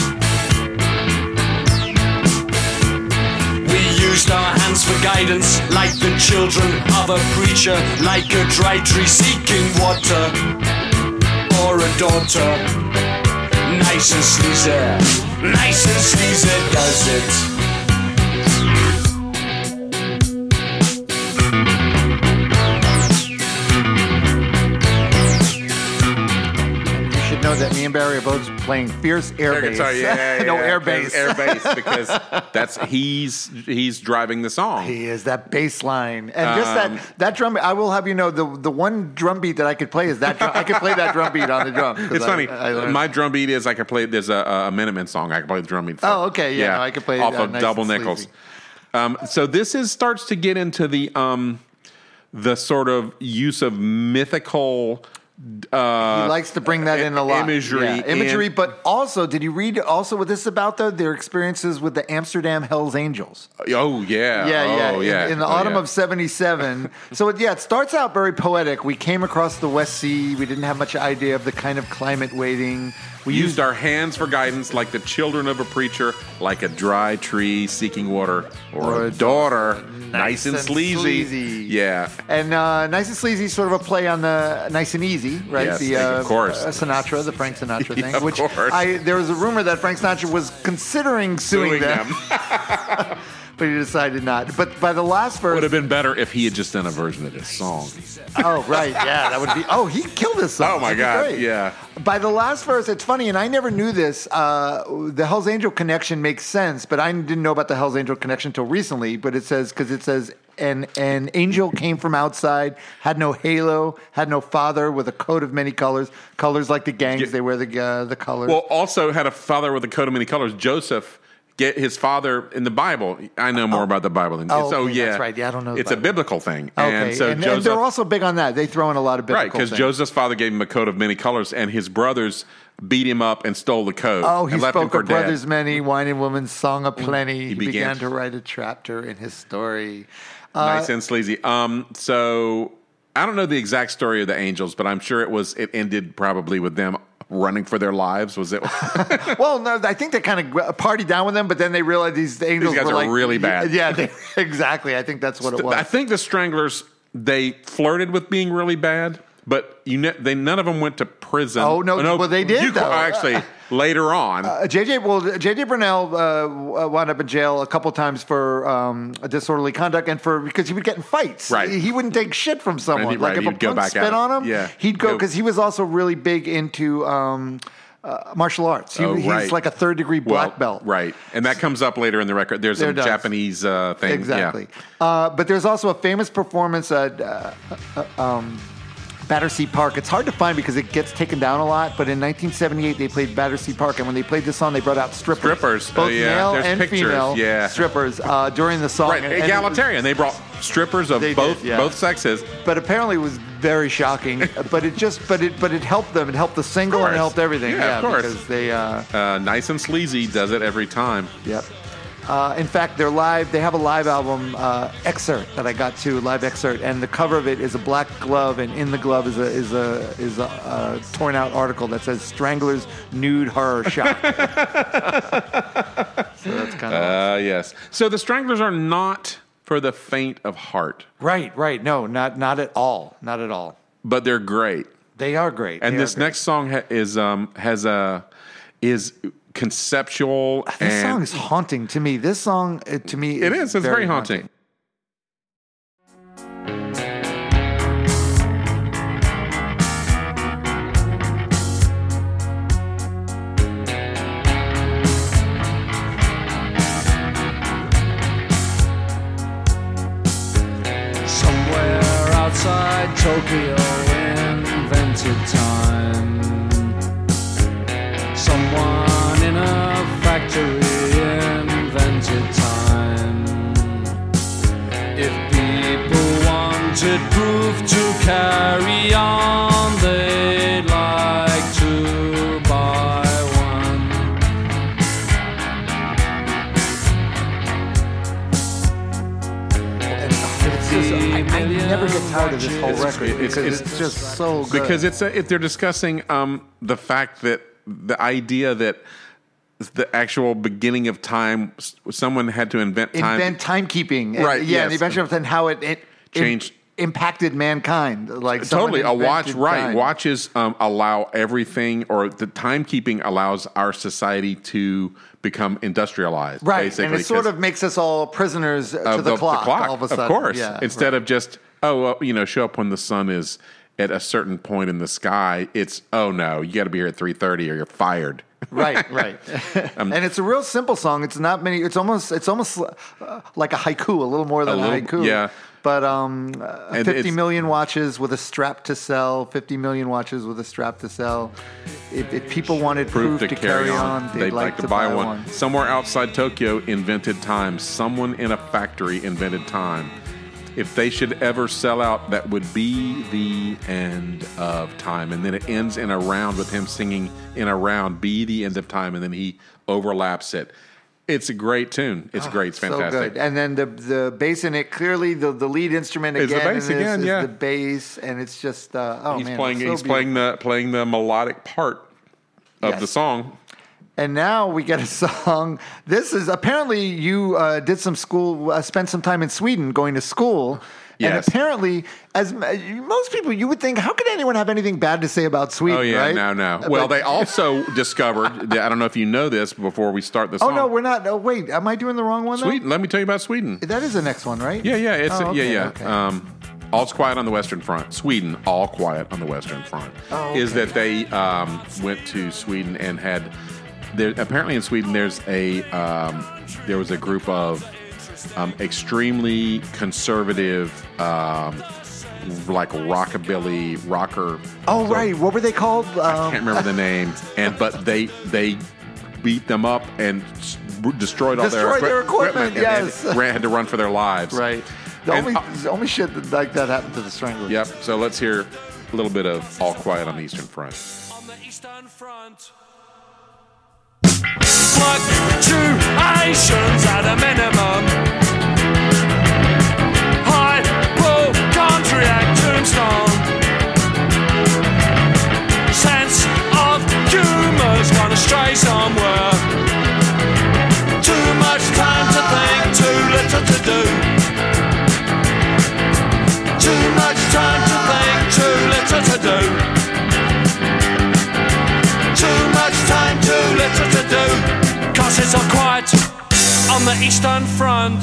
[SPEAKER 4] We used our hands for guidance, like the children of a preacher, like a dry tree seeking water, or a daughter. Nice and sleazy, nice and sleazy does it.
[SPEAKER 5] You should know that me and Barry are both playing fierce air
[SPEAKER 1] Air
[SPEAKER 5] bass.
[SPEAKER 1] guitar, yeah, yeah,
[SPEAKER 5] [LAUGHS] no
[SPEAKER 1] yeah,
[SPEAKER 5] air
[SPEAKER 1] because-
[SPEAKER 5] bass.
[SPEAKER 1] air bass
[SPEAKER 5] [LAUGHS]
[SPEAKER 1] because that's he's he's driving the song.
[SPEAKER 5] He is that bass line and just
[SPEAKER 1] Um,
[SPEAKER 5] that that drum. I will have you know the the one drum beat that I could play is that drum, I could play that drum beat on the drum. 'cause
[SPEAKER 1] It's
[SPEAKER 5] I-
[SPEAKER 1] funny.
[SPEAKER 5] I learned-
[SPEAKER 1] My drum beat is I can play. There's a, a Minutemen song I can play the drum beat. For.
[SPEAKER 5] Oh, okay, yeah, no, I can play,
[SPEAKER 1] off
[SPEAKER 5] uh,
[SPEAKER 1] of
[SPEAKER 5] Nice
[SPEAKER 1] Double
[SPEAKER 5] and
[SPEAKER 1] Nickels.
[SPEAKER 5] Sleazy.
[SPEAKER 1] Um, so this is starts to get into the um, the sort of use of mythical. Uh,
[SPEAKER 5] He likes to bring that in a lot.
[SPEAKER 1] imagery
[SPEAKER 5] Yeah, imagery.
[SPEAKER 1] and-
[SPEAKER 5] but also, did you read also what this is about though? Their experiences with the Amsterdam Hell's Angels.
[SPEAKER 1] oh yeah,
[SPEAKER 5] Yeah, yeah,
[SPEAKER 1] oh,
[SPEAKER 5] in-
[SPEAKER 1] yeah.
[SPEAKER 5] In, the
[SPEAKER 1] Oh,
[SPEAKER 5] autumn
[SPEAKER 1] yeah. [LAUGHS]
[SPEAKER 5] of '77. so it, yeah, it starts out very poetic. We came across the West Sea. We didn't have much idea of the kind of climate waiting. We
[SPEAKER 1] used our hands for guidance like the children of a preacher, like a dry tree seeking water, or,
[SPEAKER 5] Or
[SPEAKER 1] a
[SPEAKER 5] a
[SPEAKER 1] daughter, nice, and,
[SPEAKER 5] and
[SPEAKER 1] sleazy.
[SPEAKER 5] sleazy.
[SPEAKER 1] Yeah.
[SPEAKER 5] And uh, nice and sleazy is sort of a play on the nice and easy, right?
[SPEAKER 1] Yes,
[SPEAKER 5] the,
[SPEAKER 1] of course.
[SPEAKER 5] uh, Sinatra, the Frank
[SPEAKER 1] [LAUGHS]
[SPEAKER 5] Sinatra
[SPEAKER 1] Yeah,
[SPEAKER 5] thing.
[SPEAKER 1] of
[SPEAKER 5] which
[SPEAKER 1] course.
[SPEAKER 5] I there was a rumor that Frank Sinatra was considering suing,
[SPEAKER 1] Doing
[SPEAKER 5] them,
[SPEAKER 1] them.
[SPEAKER 5] but he decided not. But by the last verse,
[SPEAKER 1] Would have been better if he had just done a version of this song.
[SPEAKER 5] oh right, yeah, that would be. Oh, he killed this song.
[SPEAKER 1] Oh my
[SPEAKER 5] That'd be
[SPEAKER 1] God.
[SPEAKER 5] great.
[SPEAKER 1] Yeah.
[SPEAKER 5] By the last verse, it's funny, and I never knew this. Uh, the Hell's Angel connection makes sense, but I didn't know about the Hell's Angel connection until recently. But it says because it says an an angel came from outside, had no halo, had no father, with a coat of many colors, colors like the gangs they wear the uh, the colors.
[SPEAKER 1] Well, also had a father with a coat of many colors, Joseph. Get his father in the Bible. I know more about the Bible than you.
[SPEAKER 5] Oh,
[SPEAKER 1] so
[SPEAKER 5] okay,
[SPEAKER 1] yeah,
[SPEAKER 5] that's right. Yeah, I don't know the
[SPEAKER 1] It's a
[SPEAKER 5] Bible.
[SPEAKER 1] biblical thing,
[SPEAKER 5] okay,
[SPEAKER 1] and so Joseph,
[SPEAKER 5] they're also big on that. They throw in a lot of biblical
[SPEAKER 1] right because
[SPEAKER 5] things.
[SPEAKER 1] Joseph's father gave him a coat of many colors, and his brothers beat him up and stole the coat.
[SPEAKER 5] Oh, he
[SPEAKER 1] and left him
[SPEAKER 5] spoke
[SPEAKER 1] for
[SPEAKER 5] of
[SPEAKER 1] dead.
[SPEAKER 5] brothers many, wine and woman, song of plenty. He,
[SPEAKER 1] began
[SPEAKER 5] began,
[SPEAKER 1] to-
[SPEAKER 5] to write a chapter in his story. Uh,
[SPEAKER 1] nice and sleazy. Um, so I don't know the exact story of the angels, but I'm sure it was it ended probably with them running for their lives? Was it? [LAUGHS]
[SPEAKER 5] Well, no, I think they kind of party down with them, but then they realized these angels
[SPEAKER 1] guys
[SPEAKER 5] were
[SPEAKER 1] are
[SPEAKER 5] like,
[SPEAKER 1] really bad.
[SPEAKER 5] Yeah, they, [LAUGHS] exactly. I think that's what it was.
[SPEAKER 1] I think the Stranglers they flirted with being really bad, but you ne- they none of them went to prison.
[SPEAKER 5] Oh, no, well, they did,
[SPEAKER 1] You,
[SPEAKER 5] though.
[SPEAKER 1] actually,
[SPEAKER 5] [LAUGHS]
[SPEAKER 1] later on,
[SPEAKER 5] Uh, JJ well JJ Brunel uh, w- wound up in jail a couple times for um, disorderly conduct and for because he would get in fights.
[SPEAKER 1] Right.
[SPEAKER 5] He, he wouldn't take shit from someone.
[SPEAKER 1] Right,
[SPEAKER 5] like
[SPEAKER 1] right,
[SPEAKER 5] if a
[SPEAKER 1] he'd go
[SPEAKER 5] punk
[SPEAKER 1] back
[SPEAKER 5] spit
[SPEAKER 1] at it.
[SPEAKER 5] on him,
[SPEAKER 1] Yeah.
[SPEAKER 5] he'd go
[SPEAKER 1] Go-
[SPEAKER 5] because he was also really big into um, uh, martial arts. He,
[SPEAKER 1] Oh, right.
[SPEAKER 5] He's like a third degree
[SPEAKER 1] Well,
[SPEAKER 5] black belt.
[SPEAKER 1] right? And that comes up later in the record. There's
[SPEAKER 5] There
[SPEAKER 1] a
[SPEAKER 5] does.
[SPEAKER 1] Japanese uh, thing, yeah.
[SPEAKER 5] Exactly. Uh, but there's also a famous performance at uh, uh, um, Battersea Park. It's hard to find because it gets taken down a lot. But in 1978, they played Battersea Park, and when they played this song, they brought out strippers,
[SPEAKER 1] Strippers.
[SPEAKER 5] both
[SPEAKER 1] Oh, yeah.
[SPEAKER 5] male
[SPEAKER 1] There's
[SPEAKER 5] and
[SPEAKER 1] pictures.
[SPEAKER 5] female
[SPEAKER 1] Yeah.
[SPEAKER 5] strippers uh, during the song.
[SPEAKER 1] Right,
[SPEAKER 5] And- and it was-
[SPEAKER 1] egalitarian. They brought strippers of
[SPEAKER 5] They did,
[SPEAKER 1] both
[SPEAKER 5] yeah.
[SPEAKER 1] both sexes.
[SPEAKER 5] but apparently, it was very shocking. but it just, but it, but it helped them. It helped the single, and it
[SPEAKER 1] course.
[SPEAKER 5] helped everything.
[SPEAKER 1] Yeah,
[SPEAKER 5] Yeah,
[SPEAKER 1] of course.
[SPEAKER 5] because they. Uh,
[SPEAKER 1] Uh, nice and sleazy does it every time.
[SPEAKER 5] Yep. Uh, in fact, they're live. They have a live album uh, excerpt that I got to live excerpt, and the cover of it is a black glove, and in the glove is a is a is a, uh torn out article that says "Stranglers Nude Horror Shock."
[SPEAKER 1] [LAUGHS]
[SPEAKER 5] so that's kind of
[SPEAKER 1] Uh, yes. So the Stranglers are not for the faint of heart,
[SPEAKER 5] right, right. No, not not at all, not at all.
[SPEAKER 1] but they're great.
[SPEAKER 5] They are great.
[SPEAKER 1] And
[SPEAKER 5] They are
[SPEAKER 1] this
[SPEAKER 5] great.
[SPEAKER 1] next song ha- is um has a is conceptual.
[SPEAKER 5] Ah, this
[SPEAKER 1] and
[SPEAKER 5] song is haunting to me. This song uh, to me
[SPEAKER 1] it is. It's very, haunting.
[SPEAKER 4] Somewhere outside Tokyo invented time. Someone in a factory invented time. If people wanted proof to carry on, they'd like to buy one.
[SPEAKER 5] And it's just, I, I never get tired of this whole
[SPEAKER 1] It's-
[SPEAKER 5] record
[SPEAKER 1] it's-
[SPEAKER 5] because
[SPEAKER 1] it's-
[SPEAKER 5] it's, just so good.
[SPEAKER 1] because it's a, if they're discussing um, the fact that the idea that the actual beginning of time, s- someone had to invent time.
[SPEAKER 5] invent timekeeping.
[SPEAKER 1] Right,
[SPEAKER 5] And, yeah, and
[SPEAKER 1] yes.
[SPEAKER 5] the invention of and how it, it
[SPEAKER 1] Changed-
[SPEAKER 5] im- impacted mankind. Like someone
[SPEAKER 1] totally a watch
[SPEAKER 5] invented
[SPEAKER 1] right
[SPEAKER 5] time.
[SPEAKER 1] watches um, allow everything or the timekeeping allows our society to become industrialized
[SPEAKER 5] Right,
[SPEAKER 1] basically
[SPEAKER 5] and it sort
[SPEAKER 1] 'cause
[SPEAKER 5] of makes us all prisoners uh, to the, clock, all of a sudden.
[SPEAKER 1] course
[SPEAKER 5] Yeah,
[SPEAKER 1] instead of just oh well, you know show up when the sun is at a certain point in the sky it's oh no you got to be here at 3.30 or you're fired
[SPEAKER 5] [LAUGHS]
[SPEAKER 1] [LAUGHS]
[SPEAKER 5] right, right.
[SPEAKER 1] Um,
[SPEAKER 5] and it's a real simple song. It's not many. It's almost it's almost uh, like a haiku, a little more than a,
[SPEAKER 1] little-
[SPEAKER 5] haiku.
[SPEAKER 1] yeah.
[SPEAKER 5] But um, uh,
[SPEAKER 1] And
[SPEAKER 5] fifty
[SPEAKER 1] it's-
[SPEAKER 5] million watches with a strap to sell. Fifty million watches with a strap to sell. If, if people wanted proof, to, carry, on, they'd, like, to buy, one.
[SPEAKER 1] Somewhere outside Tokyo invented time. Someone in a factory invented time. If they should ever sell out, that would be the end of time. And then it ends in a round with him singing in a round, be the end of time. And then he overlaps it. It's a great tune. It's great. It's fantastic.
[SPEAKER 5] Ah, So good. And then the the bass in it clearly the, the lead instrument again
[SPEAKER 1] Is the bass
[SPEAKER 5] in this
[SPEAKER 1] again,
[SPEAKER 5] is
[SPEAKER 1] yeah.
[SPEAKER 5] the bass and it's just uh, oh
[SPEAKER 1] he's
[SPEAKER 5] man,
[SPEAKER 1] playing.
[SPEAKER 5] it's so
[SPEAKER 1] he's playing the playing the melodic part of
[SPEAKER 5] Yes.
[SPEAKER 1] the song.
[SPEAKER 5] And now we get a song. This is apparently you uh, did some school, uh, spent some time in Sweden going to school.
[SPEAKER 1] Yes.
[SPEAKER 5] And apparently, as m- uh, most people, you would think, how could anyone have anything bad to say about Sweden?
[SPEAKER 1] Oh yeah,
[SPEAKER 5] right?
[SPEAKER 1] no, no.
[SPEAKER 5] But-
[SPEAKER 1] Well, they also discovered. [LAUGHS] I don't know if you know this before we start the
[SPEAKER 5] Oh
[SPEAKER 1] song.
[SPEAKER 5] no, we're not. Oh wait, am I doing the wrong one? though?
[SPEAKER 1] Sweden. Let me tell you about Sweden.
[SPEAKER 5] That is the next one, right?
[SPEAKER 1] Yeah, yeah, it's
[SPEAKER 5] Oh,
[SPEAKER 1] yeah,
[SPEAKER 5] okay,
[SPEAKER 1] yeah.
[SPEAKER 5] okay.
[SPEAKER 1] Um, All's Quiet on the Western Front. Sweden, All Quiet on the Western Front.
[SPEAKER 5] Oh,
[SPEAKER 1] Is
[SPEAKER 5] okay.
[SPEAKER 1] that they um, went to Sweden and had there apparently in Sweden there's a um, there was a group of um, extremely conservative um, like rockabilly rocker
[SPEAKER 5] oh
[SPEAKER 1] so-
[SPEAKER 5] right, what were they called?
[SPEAKER 1] I
[SPEAKER 5] Um,
[SPEAKER 1] can't remember the name, and but they they beat them up and s- destroyed all
[SPEAKER 5] Destroyed
[SPEAKER 1] their,
[SPEAKER 5] their equipment,
[SPEAKER 1] and-
[SPEAKER 5] yes.
[SPEAKER 1] and ran, had to run for their lives.
[SPEAKER 5] right. The
[SPEAKER 1] And,
[SPEAKER 5] only
[SPEAKER 1] uh,
[SPEAKER 5] the only shit that, like that happened to the Stranglers.
[SPEAKER 1] Yep. So let's hear a little bit of "All Quiet on the Eastern Front."
[SPEAKER 4] on the eastern front. Fluctuations at a minimum. Hypochondriac tombstone. Sense of Eastern Front.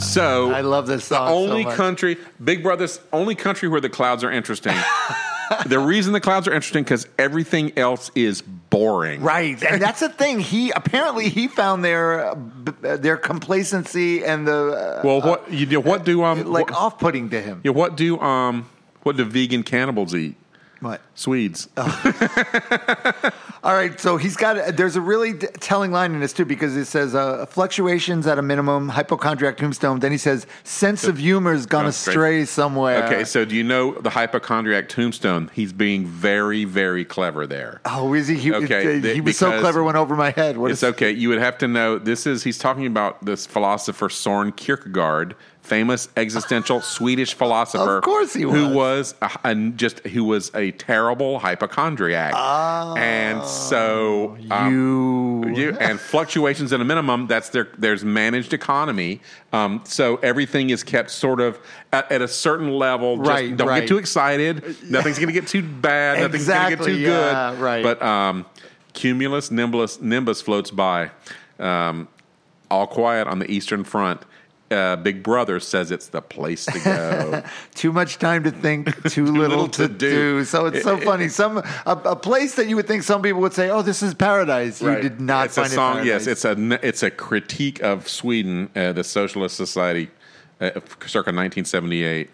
[SPEAKER 1] So
[SPEAKER 5] I love this
[SPEAKER 1] The
[SPEAKER 5] song so
[SPEAKER 1] only
[SPEAKER 5] much.
[SPEAKER 1] country, Big Brother's only country where the clouds are
[SPEAKER 5] [LAUGHS]
[SPEAKER 1] interesting. the reason the clouds are interesting because everything else is boring.
[SPEAKER 5] Right, and that's the thing. He apparently he found their uh, b- uh, their complacency and the uh,
[SPEAKER 1] Well, what you know, what do um
[SPEAKER 5] like
[SPEAKER 1] what,
[SPEAKER 5] off putting to him.
[SPEAKER 1] yeah, what do um what do vegan cannibals eat?
[SPEAKER 5] What?
[SPEAKER 1] Swedes.
[SPEAKER 5] Oh, All right, so he's got. There's a really d- telling line in this too because it says uh, fluctuations at a minimum, hypochondriac tombstone. Then he says sense of humor's gone
[SPEAKER 1] Gone astray.
[SPEAKER 5] astray somewhere.
[SPEAKER 1] okay, so do you know the hypochondriac tombstone? He's being very, very clever there.
[SPEAKER 5] Oh, is he? He,
[SPEAKER 1] Okay,
[SPEAKER 5] he
[SPEAKER 1] th-
[SPEAKER 5] was so
[SPEAKER 1] because-
[SPEAKER 5] clever, went over my head. What
[SPEAKER 1] It's
[SPEAKER 5] is
[SPEAKER 1] okay. You would have to know this is he's talking about this philosopher Soren Kierkegaard, famous
[SPEAKER 5] [LAUGHS]
[SPEAKER 1] existential Swedish philosopher.
[SPEAKER 5] Of course he
[SPEAKER 1] who
[SPEAKER 5] was.
[SPEAKER 1] was a, a- just who was a terrible hypochondriac. and so um,
[SPEAKER 5] Oh, you?
[SPEAKER 1] you- and fluctuations at a minimum. That's their there's managed economy. Um, so everything is kept sort of at, at a certain level. Just
[SPEAKER 5] Right,
[SPEAKER 1] Don't
[SPEAKER 5] right.
[SPEAKER 1] get too excited. Nothing's going to get too bad. Nothing's
[SPEAKER 5] Exactly,
[SPEAKER 1] going to get too
[SPEAKER 5] yeah,
[SPEAKER 1] good.
[SPEAKER 5] right.
[SPEAKER 1] But um, cumulus nimbus nimbus floats by. Um, all quiet on the eastern front. Uh, Big Brother says it's the place to go.
[SPEAKER 5] Too much time to think,
[SPEAKER 1] [LAUGHS]
[SPEAKER 5] too, little, to, do. So it's so funny. Some a, a place that you would think some people would say, "Oh, this is paradise." [LAUGHS] You
[SPEAKER 1] Right.
[SPEAKER 5] did not
[SPEAKER 1] it's
[SPEAKER 5] find
[SPEAKER 1] a song.
[SPEAKER 5] it.
[SPEAKER 1] yes,
[SPEAKER 5] paradise.
[SPEAKER 1] it's a n- it's a critique of Sweden, uh, the socialist society, uh, circa 1978.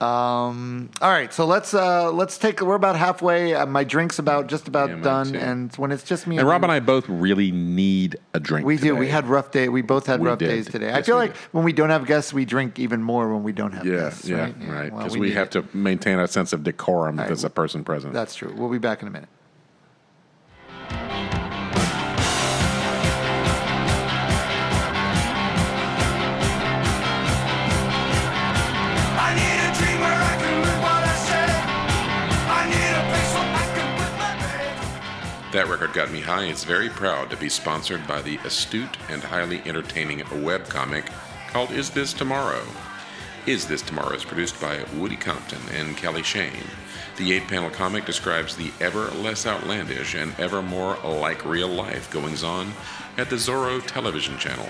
[SPEAKER 5] Um, all right, so let's uh, let's take. We're about halfway. Uh, my drink's about just about
[SPEAKER 1] Yeah, mine
[SPEAKER 5] done,
[SPEAKER 1] too.
[SPEAKER 5] and when it's just me
[SPEAKER 1] And Rob
[SPEAKER 5] you-
[SPEAKER 1] and I both really need a drink.
[SPEAKER 5] Mm-hmm. We do. We
[SPEAKER 1] today.
[SPEAKER 5] had rough day. We both had
[SPEAKER 1] We
[SPEAKER 5] rough
[SPEAKER 1] did.
[SPEAKER 5] days today. I
[SPEAKER 1] Yes,
[SPEAKER 5] feel
[SPEAKER 1] we
[SPEAKER 5] like
[SPEAKER 1] did.
[SPEAKER 5] when we don't have guests, we drink even more when we don't have
[SPEAKER 1] Yeah,
[SPEAKER 5] guests.
[SPEAKER 1] yeah,
[SPEAKER 5] right?
[SPEAKER 1] right.
[SPEAKER 5] Well,
[SPEAKER 1] Because we,
[SPEAKER 5] need
[SPEAKER 1] have
[SPEAKER 5] it.
[SPEAKER 1] to maintain a sense of decorum if
[SPEAKER 5] Right.
[SPEAKER 1] there's a person present.
[SPEAKER 5] That's true. We'll be back in a minute.
[SPEAKER 4] I need a dream where I can live what I said. I need a place where I can put my bed.
[SPEAKER 1] That Record Got Me High is very proud to be sponsored by the astute and highly entertaining webcomic called Is This Tomorrow? Is This Tomorrow is produced by Woody Compton and Kelly Shane. The eight panel comic describes the ever less outlandish and ever more like real life goings on at the Zorro television channel.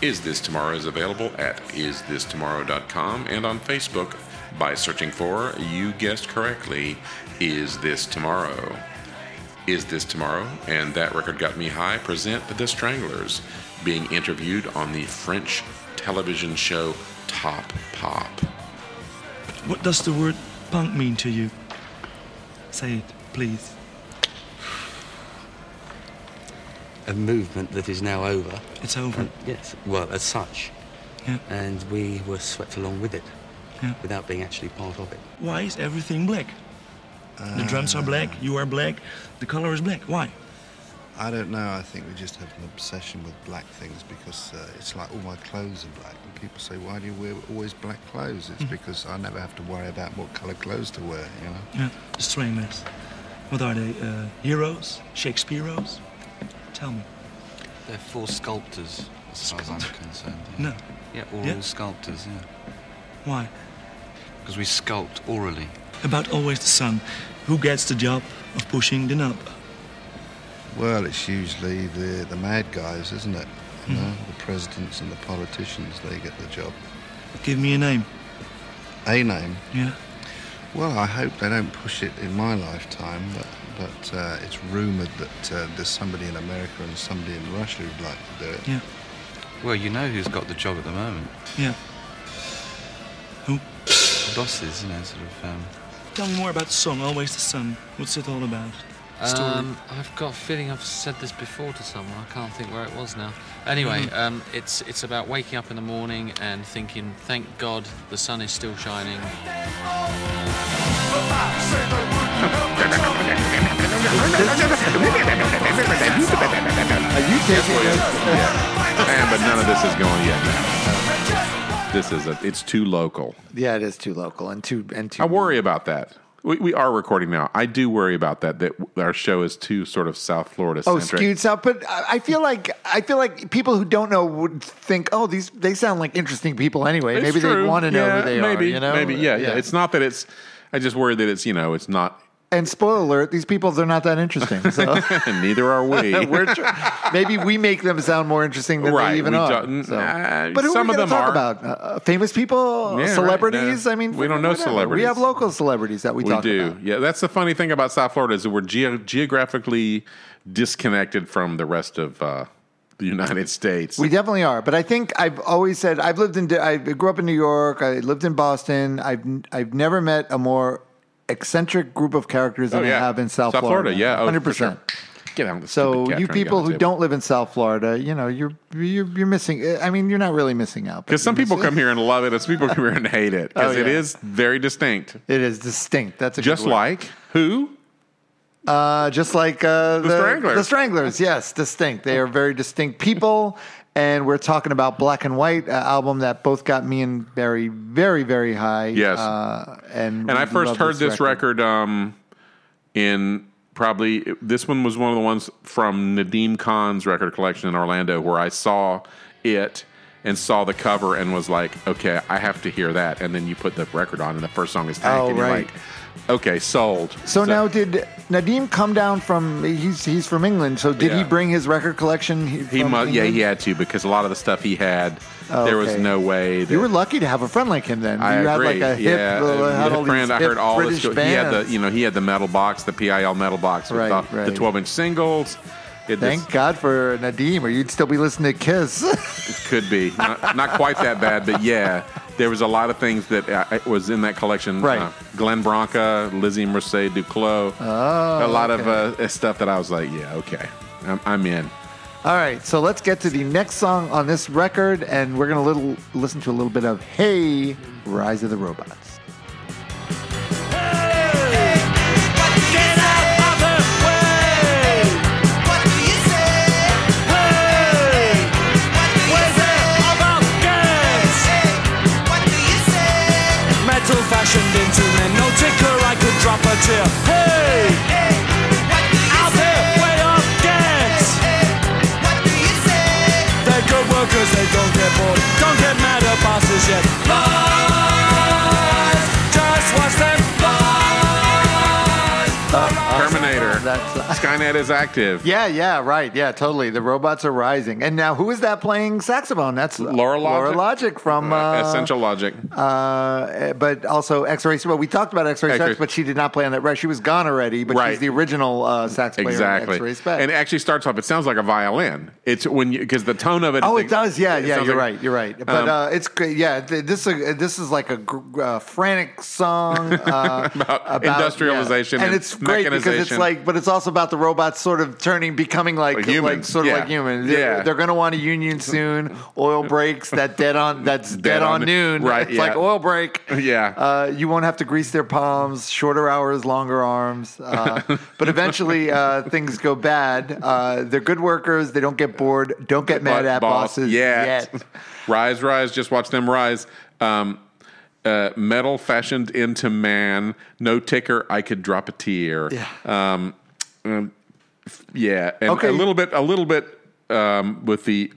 [SPEAKER 1] Is This Tomorrow is available at isthistomorrow.com and on Facebook by searching for, you guessed correctly, Is This Tomorrow? Is This Tomorrow and That Record Got Me High present The Stranglers, being interviewed on the French television show Top Pop.
[SPEAKER 6] What does the word punk mean to you? Say it, please.
[SPEAKER 7] a movement that is now over.
[SPEAKER 6] It's over.
[SPEAKER 7] And yes, well, as such.
[SPEAKER 6] Yeah.
[SPEAKER 7] And we were swept along with it
[SPEAKER 6] Yeah.
[SPEAKER 7] without being actually part of it.
[SPEAKER 6] Why is everything black? the drums are black, you are black, the color is black. Why?
[SPEAKER 8] I don't know. I think we just have an obsession with black things because uh, it's like all my clothes are black. And people say, why do you wear always black clothes? It's because I never have to worry about what colour clothes to wear, you know?
[SPEAKER 6] Yeah. The stranglers. What are they? Uh, heroes? Shakespeareos? Tell me.
[SPEAKER 7] They're four sculptors, as far as I'm concerned.
[SPEAKER 6] No.
[SPEAKER 7] Yeah, oral
[SPEAKER 6] Yeah.
[SPEAKER 7] sculptors, yeah.
[SPEAKER 6] Why?
[SPEAKER 7] Because we sculpt orally.
[SPEAKER 6] About always the sun. Who gets the job of pushing the knob?
[SPEAKER 8] Well, it's usually the, the mad guys, isn't it? You know, the presidents and the politicians, they get the job.
[SPEAKER 6] Give me a name.
[SPEAKER 8] A name.
[SPEAKER 6] Yeah.
[SPEAKER 8] Well, I hope they don't push it in my lifetime, but, but uh, it's rumoured that uh, there's somebody in America and somebody in Russia who'd like to do it.
[SPEAKER 6] Yeah.
[SPEAKER 7] Well, you know who's got the job at the moment.
[SPEAKER 6] Yeah. Who?
[SPEAKER 7] Bosses, you know, sort of. Um,
[SPEAKER 6] Tell me more about the song Always the Sun. What's it all about? Story.
[SPEAKER 9] Um, I've got a feeling I've said this before to someone. I can't think where it was now. Anyway, um, it's it's about waking up in the morning and thinking, "Thank God the sun is still shining."
[SPEAKER 5] Are you taking this?
[SPEAKER 1] And but none of this is going yet. This is a, it's too local.
[SPEAKER 5] Yeah, it is too local and too and too.
[SPEAKER 1] I worry about that. We, we are recording now. I do worry about that. That our show is too sort of South Florida
[SPEAKER 5] Oh,
[SPEAKER 1] centric.
[SPEAKER 5] skewed south, but I I feel like I feel like people who don't know would think, oh, these they sound like interesting people anyway.
[SPEAKER 1] It's
[SPEAKER 5] maybe
[SPEAKER 1] true.
[SPEAKER 5] they want to know
[SPEAKER 1] yeah,
[SPEAKER 5] who they
[SPEAKER 1] maybe,
[SPEAKER 5] are. You know,
[SPEAKER 1] maybe, yeah, yeah. It's not [LAUGHS] that it's. I just worry that it's you know it's not
[SPEAKER 5] And spoiler alert: these people they're not that interesting.
[SPEAKER 1] [LAUGHS]
[SPEAKER 5] So [LAUGHS]
[SPEAKER 1] Neither are we.
[SPEAKER 5] we're
[SPEAKER 1] [LAUGHS]
[SPEAKER 5] tr- maybe we make them sound more interesting than
[SPEAKER 1] Right,
[SPEAKER 5] they even
[SPEAKER 1] we
[SPEAKER 5] are.
[SPEAKER 1] don't-
[SPEAKER 5] so.
[SPEAKER 1] uh,
[SPEAKER 5] but who
[SPEAKER 1] some
[SPEAKER 5] are we
[SPEAKER 1] of them
[SPEAKER 5] gonna talk
[SPEAKER 1] are.
[SPEAKER 5] about uh, famous people,
[SPEAKER 1] Yeah, right,
[SPEAKER 5] celebrities.
[SPEAKER 1] no.
[SPEAKER 5] I mean,
[SPEAKER 1] We don't know
[SPEAKER 5] We
[SPEAKER 1] celebrities.
[SPEAKER 5] have local celebrities that we,
[SPEAKER 1] We
[SPEAKER 5] talk
[SPEAKER 1] do.
[SPEAKER 5] about.
[SPEAKER 1] Yeah, that's the funny thing about South Florida is that we're geo geographically disconnected from the rest of uh, the United States.
[SPEAKER 5] We definitely are, but I think I've always said I've lived in. I grew up in New York. I lived in Boston. I've I've never met a more eccentric group of characters
[SPEAKER 1] Oh,
[SPEAKER 5] than I have in South, Florida.
[SPEAKER 1] Yeah,
[SPEAKER 5] hundred
[SPEAKER 1] hundred
[SPEAKER 5] percent.
[SPEAKER 1] Get out. of the stupid
[SPEAKER 5] So
[SPEAKER 1] cat trying to
[SPEAKER 5] you
[SPEAKER 1] get
[SPEAKER 5] people
[SPEAKER 1] on the
[SPEAKER 5] who
[SPEAKER 1] table.
[SPEAKER 5] don't live in South Florida, you know, you're you're you're missing. I mean, you're not really missing out but
[SPEAKER 1] Because some
[SPEAKER 5] you're
[SPEAKER 1] people
[SPEAKER 5] missing-
[SPEAKER 1] come here and love it, and some people come here and hate it. Because
[SPEAKER 5] Oh,
[SPEAKER 1] it
[SPEAKER 5] yeah.
[SPEAKER 1] is very distinct.
[SPEAKER 5] It is distinct. That's a
[SPEAKER 1] Just
[SPEAKER 5] good word.
[SPEAKER 1] like who?
[SPEAKER 5] uh, just like uh, the,
[SPEAKER 1] Stranglers.
[SPEAKER 5] The Stranglers, yes, distinct. They are very distinct people, and we're talking about Black and White, uh, album that both got me and Barry very, very high.
[SPEAKER 1] Yes.
[SPEAKER 5] uh, and
[SPEAKER 1] And
[SPEAKER 5] we
[SPEAKER 1] I first
[SPEAKER 5] love
[SPEAKER 1] heard this record, um, in probably this one was one of the ones from Nadim Khan's record collection in Orlando, where I saw it and saw the cover and was like, okay, I have to hear that. And then you put the record on, and the first song is Tank,
[SPEAKER 5] Oh,
[SPEAKER 1] and you're
[SPEAKER 5] right.
[SPEAKER 1] like, okay, sold.
[SPEAKER 5] So, now, did Nadim come down from? He's he's from England. So did
[SPEAKER 1] Yeah.
[SPEAKER 5] he bring his record collection?
[SPEAKER 1] he
[SPEAKER 5] from
[SPEAKER 1] must, yeah,
[SPEAKER 5] England?
[SPEAKER 1] he had to because a lot of the stuff he had, there was
[SPEAKER 5] Okay.
[SPEAKER 1] no way. That,
[SPEAKER 5] You were lucky to have a friend like him. Then
[SPEAKER 1] I
[SPEAKER 5] you
[SPEAKER 1] agree.
[SPEAKER 5] had like a hip,
[SPEAKER 1] yeah,
[SPEAKER 5] little-
[SPEAKER 1] uh,
[SPEAKER 5] had
[SPEAKER 1] the
[SPEAKER 5] all these
[SPEAKER 1] friend, I
[SPEAKER 5] hip
[SPEAKER 1] heard all
[SPEAKER 5] British
[SPEAKER 1] this. He had
[SPEAKER 5] bands.
[SPEAKER 1] the, you know, he had the metal box, the PIL metal box with
[SPEAKER 5] Right,
[SPEAKER 1] the, the
[SPEAKER 5] right.
[SPEAKER 1] 12 inch singles. It
[SPEAKER 5] Thank
[SPEAKER 1] just
[SPEAKER 5] God for Nadim, or you'd still be listening to Kiss.
[SPEAKER 1] could be not, not quite that bad, but yeah, there was a lot of things that uh, it was in that collection. uh,
[SPEAKER 5] Right.
[SPEAKER 1] Glenn Bronca, Lizzie Mercedes Duclos,
[SPEAKER 5] Oh,
[SPEAKER 1] a lot of uh, stuff that I was like, yeah, okay, I'm, I'm in.
[SPEAKER 5] All right, so let's get to the next song on this record, and we're gonna little listen to a little bit of "Hey, Rise of the Robots."
[SPEAKER 4] Metal fashioned into men, no ticker, I could drop a tear. Hey, out there, way up, get. They're good workers, they don't get bored, don't get mad at bosses yet. Lies, just watch them lies.
[SPEAKER 1] Terminator.
[SPEAKER 5] That's [LAUGHS]
[SPEAKER 1] Skynet is active.
[SPEAKER 5] yeah, yeah, right, yeah, totally. The robots are rising, and now who is that playing saxophone? That's
[SPEAKER 1] Laura Logic?
[SPEAKER 5] Laura Logic from
[SPEAKER 1] Uh,
[SPEAKER 5] uh,
[SPEAKER 1] Essential Logic.
[SPEAKER 5] uh, but also X-Ray. Well, we talked about X-Ray
[SPEAKER 1] X-Ray.
[SPEAKER 5] Specs, but she did not play on that. Right, she was gone already. But
[SPEAKER 1] Right.
[SPEAKER 5] she's the original uh, sax player.
[SPEAKER 1] exactly.
[SPEAKER 5] Exactly. X-Ray Specs.
[SPEAKER 1] And it actually starts off. It sounds like a violin. It's when you because the tone of it.
[SPEAKER 5] Oh,
[SPEAKER 1] is
[SPEAKER 5] it does. Yeah,
[SPEAKER 1] it
[SPEAKER 5] yeah.
[SPEAKER 1] sounds
[SPEAKER 5] You're
[SPEAKER 1] like-
[SPEAKER 5] right. You're right. But
[SPEAKER 1] Um,
[SPEAKER 5] uh, it's great. Yeah, th- this uh, this is like a gr- uh,
[SPEAKER 1] [LAUGHS]
[SPEAKER 5] frantic song uh,
[SPEAKER 1] About industrialization
[SPEAKER 5] yeah. and,
[SPEAKER 1] and
[SPEAKER 5] it's great because it's
[SPEAKER 1] mechanization.
[SPEAKER 5] like, but it's also about the robots sort of turning, becoming like
[SPEAKER 1] Like humans,
[SPEAKER 5] like sort
[SPEAKER 1] yeah.
[SPEAKER 5] of like humans.
[SPEAKER 1] Yeah.
[SPEAKER 5] they're, going to want a union soon. Oil breaks. That dead on. That's dead,
[SPEAKER 1] Dead
[SPEAKER 5] on,
[SPEAKER 1] on-
[SPEAKER 5] noon.
[SPEAKER 1] right,
[SPEAKER 5] It's
[SPEAKER 1] yeah.
[SPEAKER 5] like oil break.
[SPEAKER 1] [LAUGHS] Yeah.
[SPEAKER 5] Uh, you won't have to grease their palms. Shorter hours, longer arms. Uh, but eventually, uh, things go bad. Uh, they're good workers. They don't get bored. Don't get mad
[SPEAKER 1] But
[SPEAKER 5] at
[SPEAKER 1] boss,
[SPEAKER 5] bosses
[SPEAKER 1] yeah.
[SPEAKER 5] yet.
[SPEAKER 1] [LAUGHS] rise, rise. Just watch them rise. Um, uh, metal fashioned into man. No ticker. I could drop a tear.
[SPEAKER 5] Yeah.
[SPEAKER 1] Um, um, f- yeah. And
[SPEAKER 5] Okay.
[SPEAKER 1] a little bit. A little bit um, with the.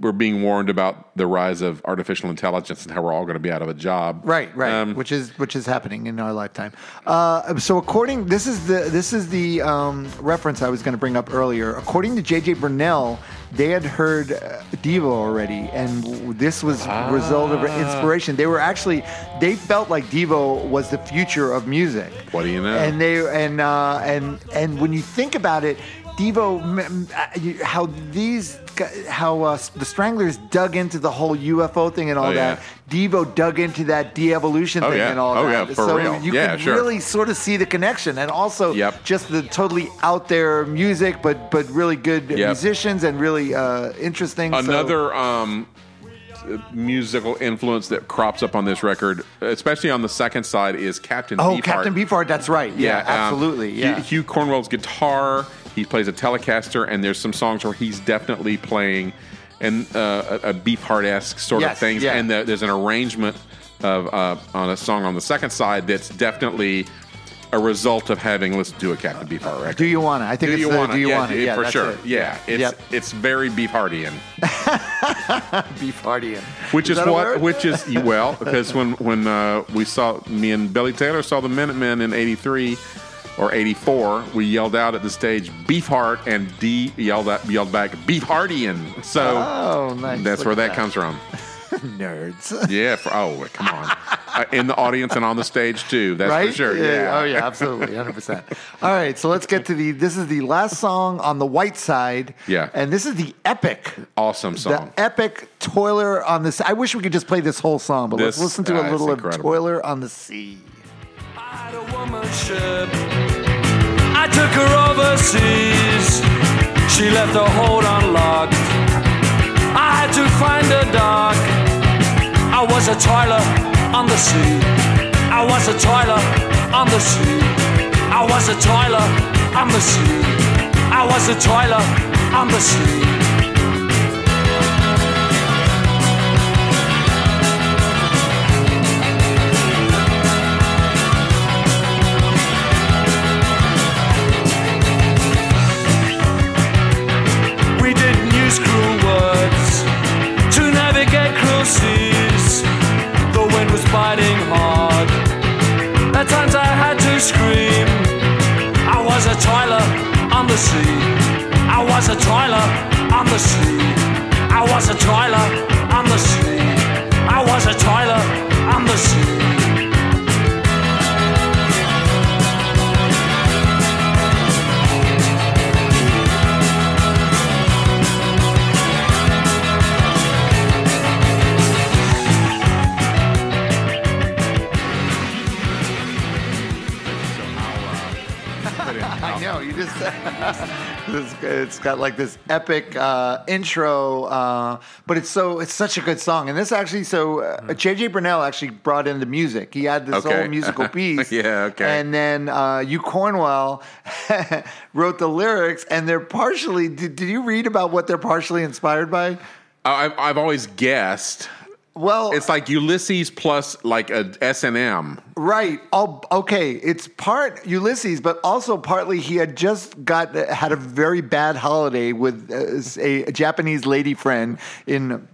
[SPEAKER 1] We're being warned about the rise of artificial intelligence and how we're all going to be out of a job.
[SPEAKER 5] Right, right,
[SPEAKER 1] Um,
[SPEAKER 5] which is which is happening in our lifetime. Uh, so according, this is the this is the um, reference I was going to bring up earlier. According to JJ Brunel, they had heard uh, Diva already, and w- this was result of
[SPEAKER 1] Ah.
[SPEAKER 5] inspiration. They were actually they felt like Devo was the future of music.
[SPEAKER 1] What do you know?
[SPEAKER 5] And they and uh, and and when you think about it, Devo, m- m- uh, you- how these gu- how uh, the Stranglers dug into the whole UFO thing and all
[SPEAKER 1] Oh, yeah.
[SPEAKER 5] that. Devo dug into that de-evolution
[SPEAKER 1] Oh,
[SPEAKER 5] thing
[SPEAKER 1] yeah.
[SPEAKER 5] and all
[SPEAKER 1] Oh,
[SPEAKER 5] that.
[SPEAKER 1] yeah, for
[SPEAKER 5] so
[SPEAKER 1] real.
[SPEAKER 5] you
[SPEAKER 1] Yeah,
[SPEAKER 5] can
[SPEAKER 1] sure.
[SPEAKER 5] really sort of see the connection and also
[SPEAKER 1] Yep.
[SPEAKER 5] just the totally out there music but but really good
[SPEAKER 1] Yep.
[SPEAKER 5] musicians and really uh, interesting. so-
[SPEAKER 1] Another um, musical influence that crops up on this record, especially on the second side, is Captain.
[SPEAKER 5] Oh,
[SPEAKER 1] Beefheart.
[SPEAKER 5] Captain Beefheart, that's right. Yeah,
[SPEAKER 1] um,
[SPEAKER 5] absolutely.
[SPEAKER 1] Hugh-
[SPEAKER 5] Yeah.
[SPEAKER 1] Hugh, Cornwell's guitar. He plays a Telecaster, and there's some songs where he's definitely playing and uh, a, a Beefheart esque sort of
[SPEAKER 5] Yes,
[SPEAKER 1] things.
[SPEAKER 5] yeah.
[SPEAKER 1] And the, there's an arrangement of uh, on a song on the second side that's definitely a result of having listened to a Captain Beefheart record.
[SPEAKER 5] Do you want it? I think
[SPEAKER 1] Do
[SPEAKER 5] it's
[SPEAKER 1] you
[SPEAKER 5] the,
[SPEAKER 1] want
[SPEAKER 5] do
[SPEAKER 1] it?
[SPEAKER 5] you
[SPEAKER 1] yeah,
[SPEAKER 5] want it?
[SPEAKER 1] it-
[SPEAKER 5] Yeah,
[SPEAKER 1] for
[SPEAKER 5] that's
[SPEAKER 1] sure.
[SPEAKER 5] it.
[SPEAKER 1] Yeah, it's
[SPEAKER 5] Yep.
[SPEAKER 1] it's very Beefheartian,
[SPEAKER 5] beef hardian.
[SPEAKER 1] which is,
[SPEAKER 5] that a
[SPEAKER 1] what
[SPEAKER 5] word?
[SPEAKER 1] which is [LAUGHS] well because when when uh, we saw me and Billy Taylor saw the Minutemen in '83 or '84, we yelled out at the stage Beefheart and D yelled out, yelled back Beefheartian. So
[SPEAKER 5] Oh, nice.
[SPEAKER 1] that's
[SPEAKER 5] Look
[SPEAKER 1] where
[SPEAKER 5] at
[SPEAKER 1] that comes from.
[SPEAKER 5] Nerds.
[SPEAKER 1] Yeah. For, oh, come on. Uh, in the audience and on the stage too. That's
[SPEAKER 5] [LAUGHS] right?
[SPEAKER 1] for sure.
[SPEAKER 5] Oh yeah, absolutely, hundred percent. All right, so let's get to the. This is the last song on the white side.
[SPEAKER 1] Yeah.
[SPEAKER 5] and this is the epic,
[SPEAKER 1] Awesome song. Uh,
[SPEAKER 5] the epic toiler on this. I wish we could just play this whole song, but
[SPEAKER 1] This-
[SPEAKER 5] let's listen to
[SPEAKER 1] uh,
[SPEAKER 5] a
[SPEAKER 1] it's
[SPEAKER 5] little of
[SPEAKER 1] incredible.
[SPEAKER 5] toiler on the sea.
[SPEAKER 4] I'd a woman's ship. I took her overseas. She left her hold unlocked. I had to find a dock. I was a toiler on the sea. I was a toiler on the sea. I was a toiler on the sea. I was a toiler on the sea. We didn't use cruel words to navigate cruel seas. The wind was biting hard. At times I had to scream. I was a toiler on the sea. I was a toiler on the sea. I was a toiler on the sea. I was a toiler on the sea.
[SPEAKER 5] I know you just.
[SPEAKER 1] [LAUGHS]
[SPEAKER 5] this, it's got like this epic uh, intro, uh, but it's so it's such a good song. And this actually, so uh, JJ Brunel actually brought in the music. He had this
[SPEAKER 1] Hmm. Okay.
[SPEAKER 5] whole
[SPEAKER 1] [LAUGHS]
[SPEAKER 5] musical piece.
[SPEAKER 1] Yeah, okay.
[SPEAKER 5] And then uh, you Cornwell [LAUGHS] wrote the lyrics, and they're partially. Did, did you read about what they're partially inspired by?
[SPEAKER 1] I- I've, I've always guessed
[SPEAKER 5] Well,
[SPEAKER 1] it's like Ulysses plus like a S and M.
[SPEAKER 5] Right. All, okay. It's part Ulysses, but also partly he had just got had a very bad holiday with uh, a Japanese lady friend in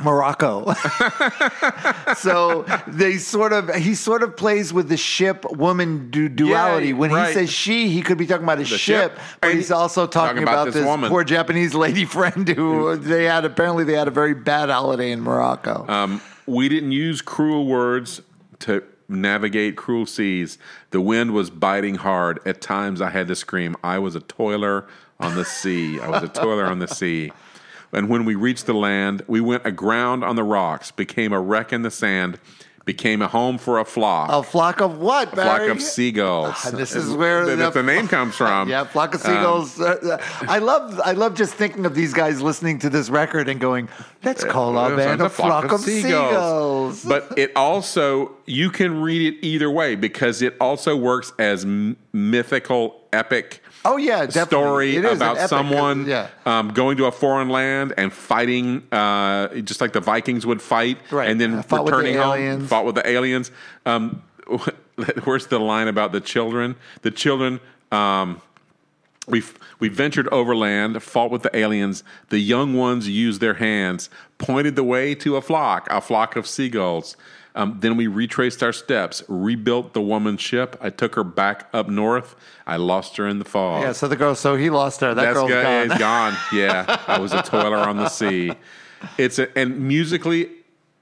[SPEAKER 5] Morocco. [LAUGHS] so they sort of he sort of plays with the ship woman du- duality. when
[SPEAKER 1] right.
[SPEAKER 5] he says she, he could be talking about a ship,
[SPEAKER 1] ship.
[SPEAKER 5] but
[SPEAKER 1] And
[SPEAKER 5] he's also talking, about, this,
[SPEAKER 1] woman.
[SPEAKER 5] poor Japanese [LAUGHS] lady friend who they had apparently they had a very bad holiday in Morocco.
[SPEAKER 1] Um, we didn't use cruel words to navigate cruel seas. The wind was biting hard. At times, I had to scream. I was a toiler on the sea. I was a toiler on the sea. And when we reached the land, we went aground on the rocks, became a wreck in the sand, became a home for a flock.
[SPEAKER 5] a flock of what?
[SPEAKER 1] a flock
[SPEAKER 5] Barry?
[SPEAKER 1] of seagulls.
[SPEAKER 5] Ah, [LAUGHS] this is where
[SPEAKER 1] the,
[SPEAKER 5] the-
[SPEAKER 1] the name
[SPEAKER 5] [LAUGHS]
[SPEAKER 1] comes from.
[SPEAKER 5] Yeah, flock of
[SPEAKER 1] Um,
[SPEAKER 5] seagulls. Uh, I love, I love just thinking of these guys listening to this record and going, "Let's call our band a flock, of seagulls."
[SPEAKER 1] But it also you can read it either way because it also works as m- mythical epic
[SPEAKER 5] oh yeah, definitely.
[SPEAKER 1] story
[SPEAKER 5] It is an
[SPEAKER 1] about
[SPEAKER 5] epic- uh,
[SPEAKER 1] someone
[SPEAKER 5] Yeah,
[SPEAKER 1] um, going to a foreign land and fighting, uh, just like the Vikings would fight,
[SPEAKER 5] Right.
[SPEAKER 1] and then
[SPEAKER 5] Uh, fought with the
[SPEAKER 1] returning home,
[SPEAKER 5] aliens.
[SPEAKER 1] fought with the aliens. Um, [LAUGHS] where's the line about the children? The children. Um, we we ventured overland, fought with the aliens. The young ones used their hands, pointed the way to a flock, a flock of seagulls. Um, then we retraced our steps, rebuilt the woman's ship. I took her back up north. I lost her in the fog.
[SPEAKER 5] yeah. So the girl, so he lost her. That
[SPEAKER 1] Oh. That's
[SPEAKER 5] girl's
[SPEAKER 1] good.
[SPEAKER 5] gone. [LAUGHS]
[SPEAKER 1] It's gone. Yeah, I was a toiler on the sea. It's a, and musically,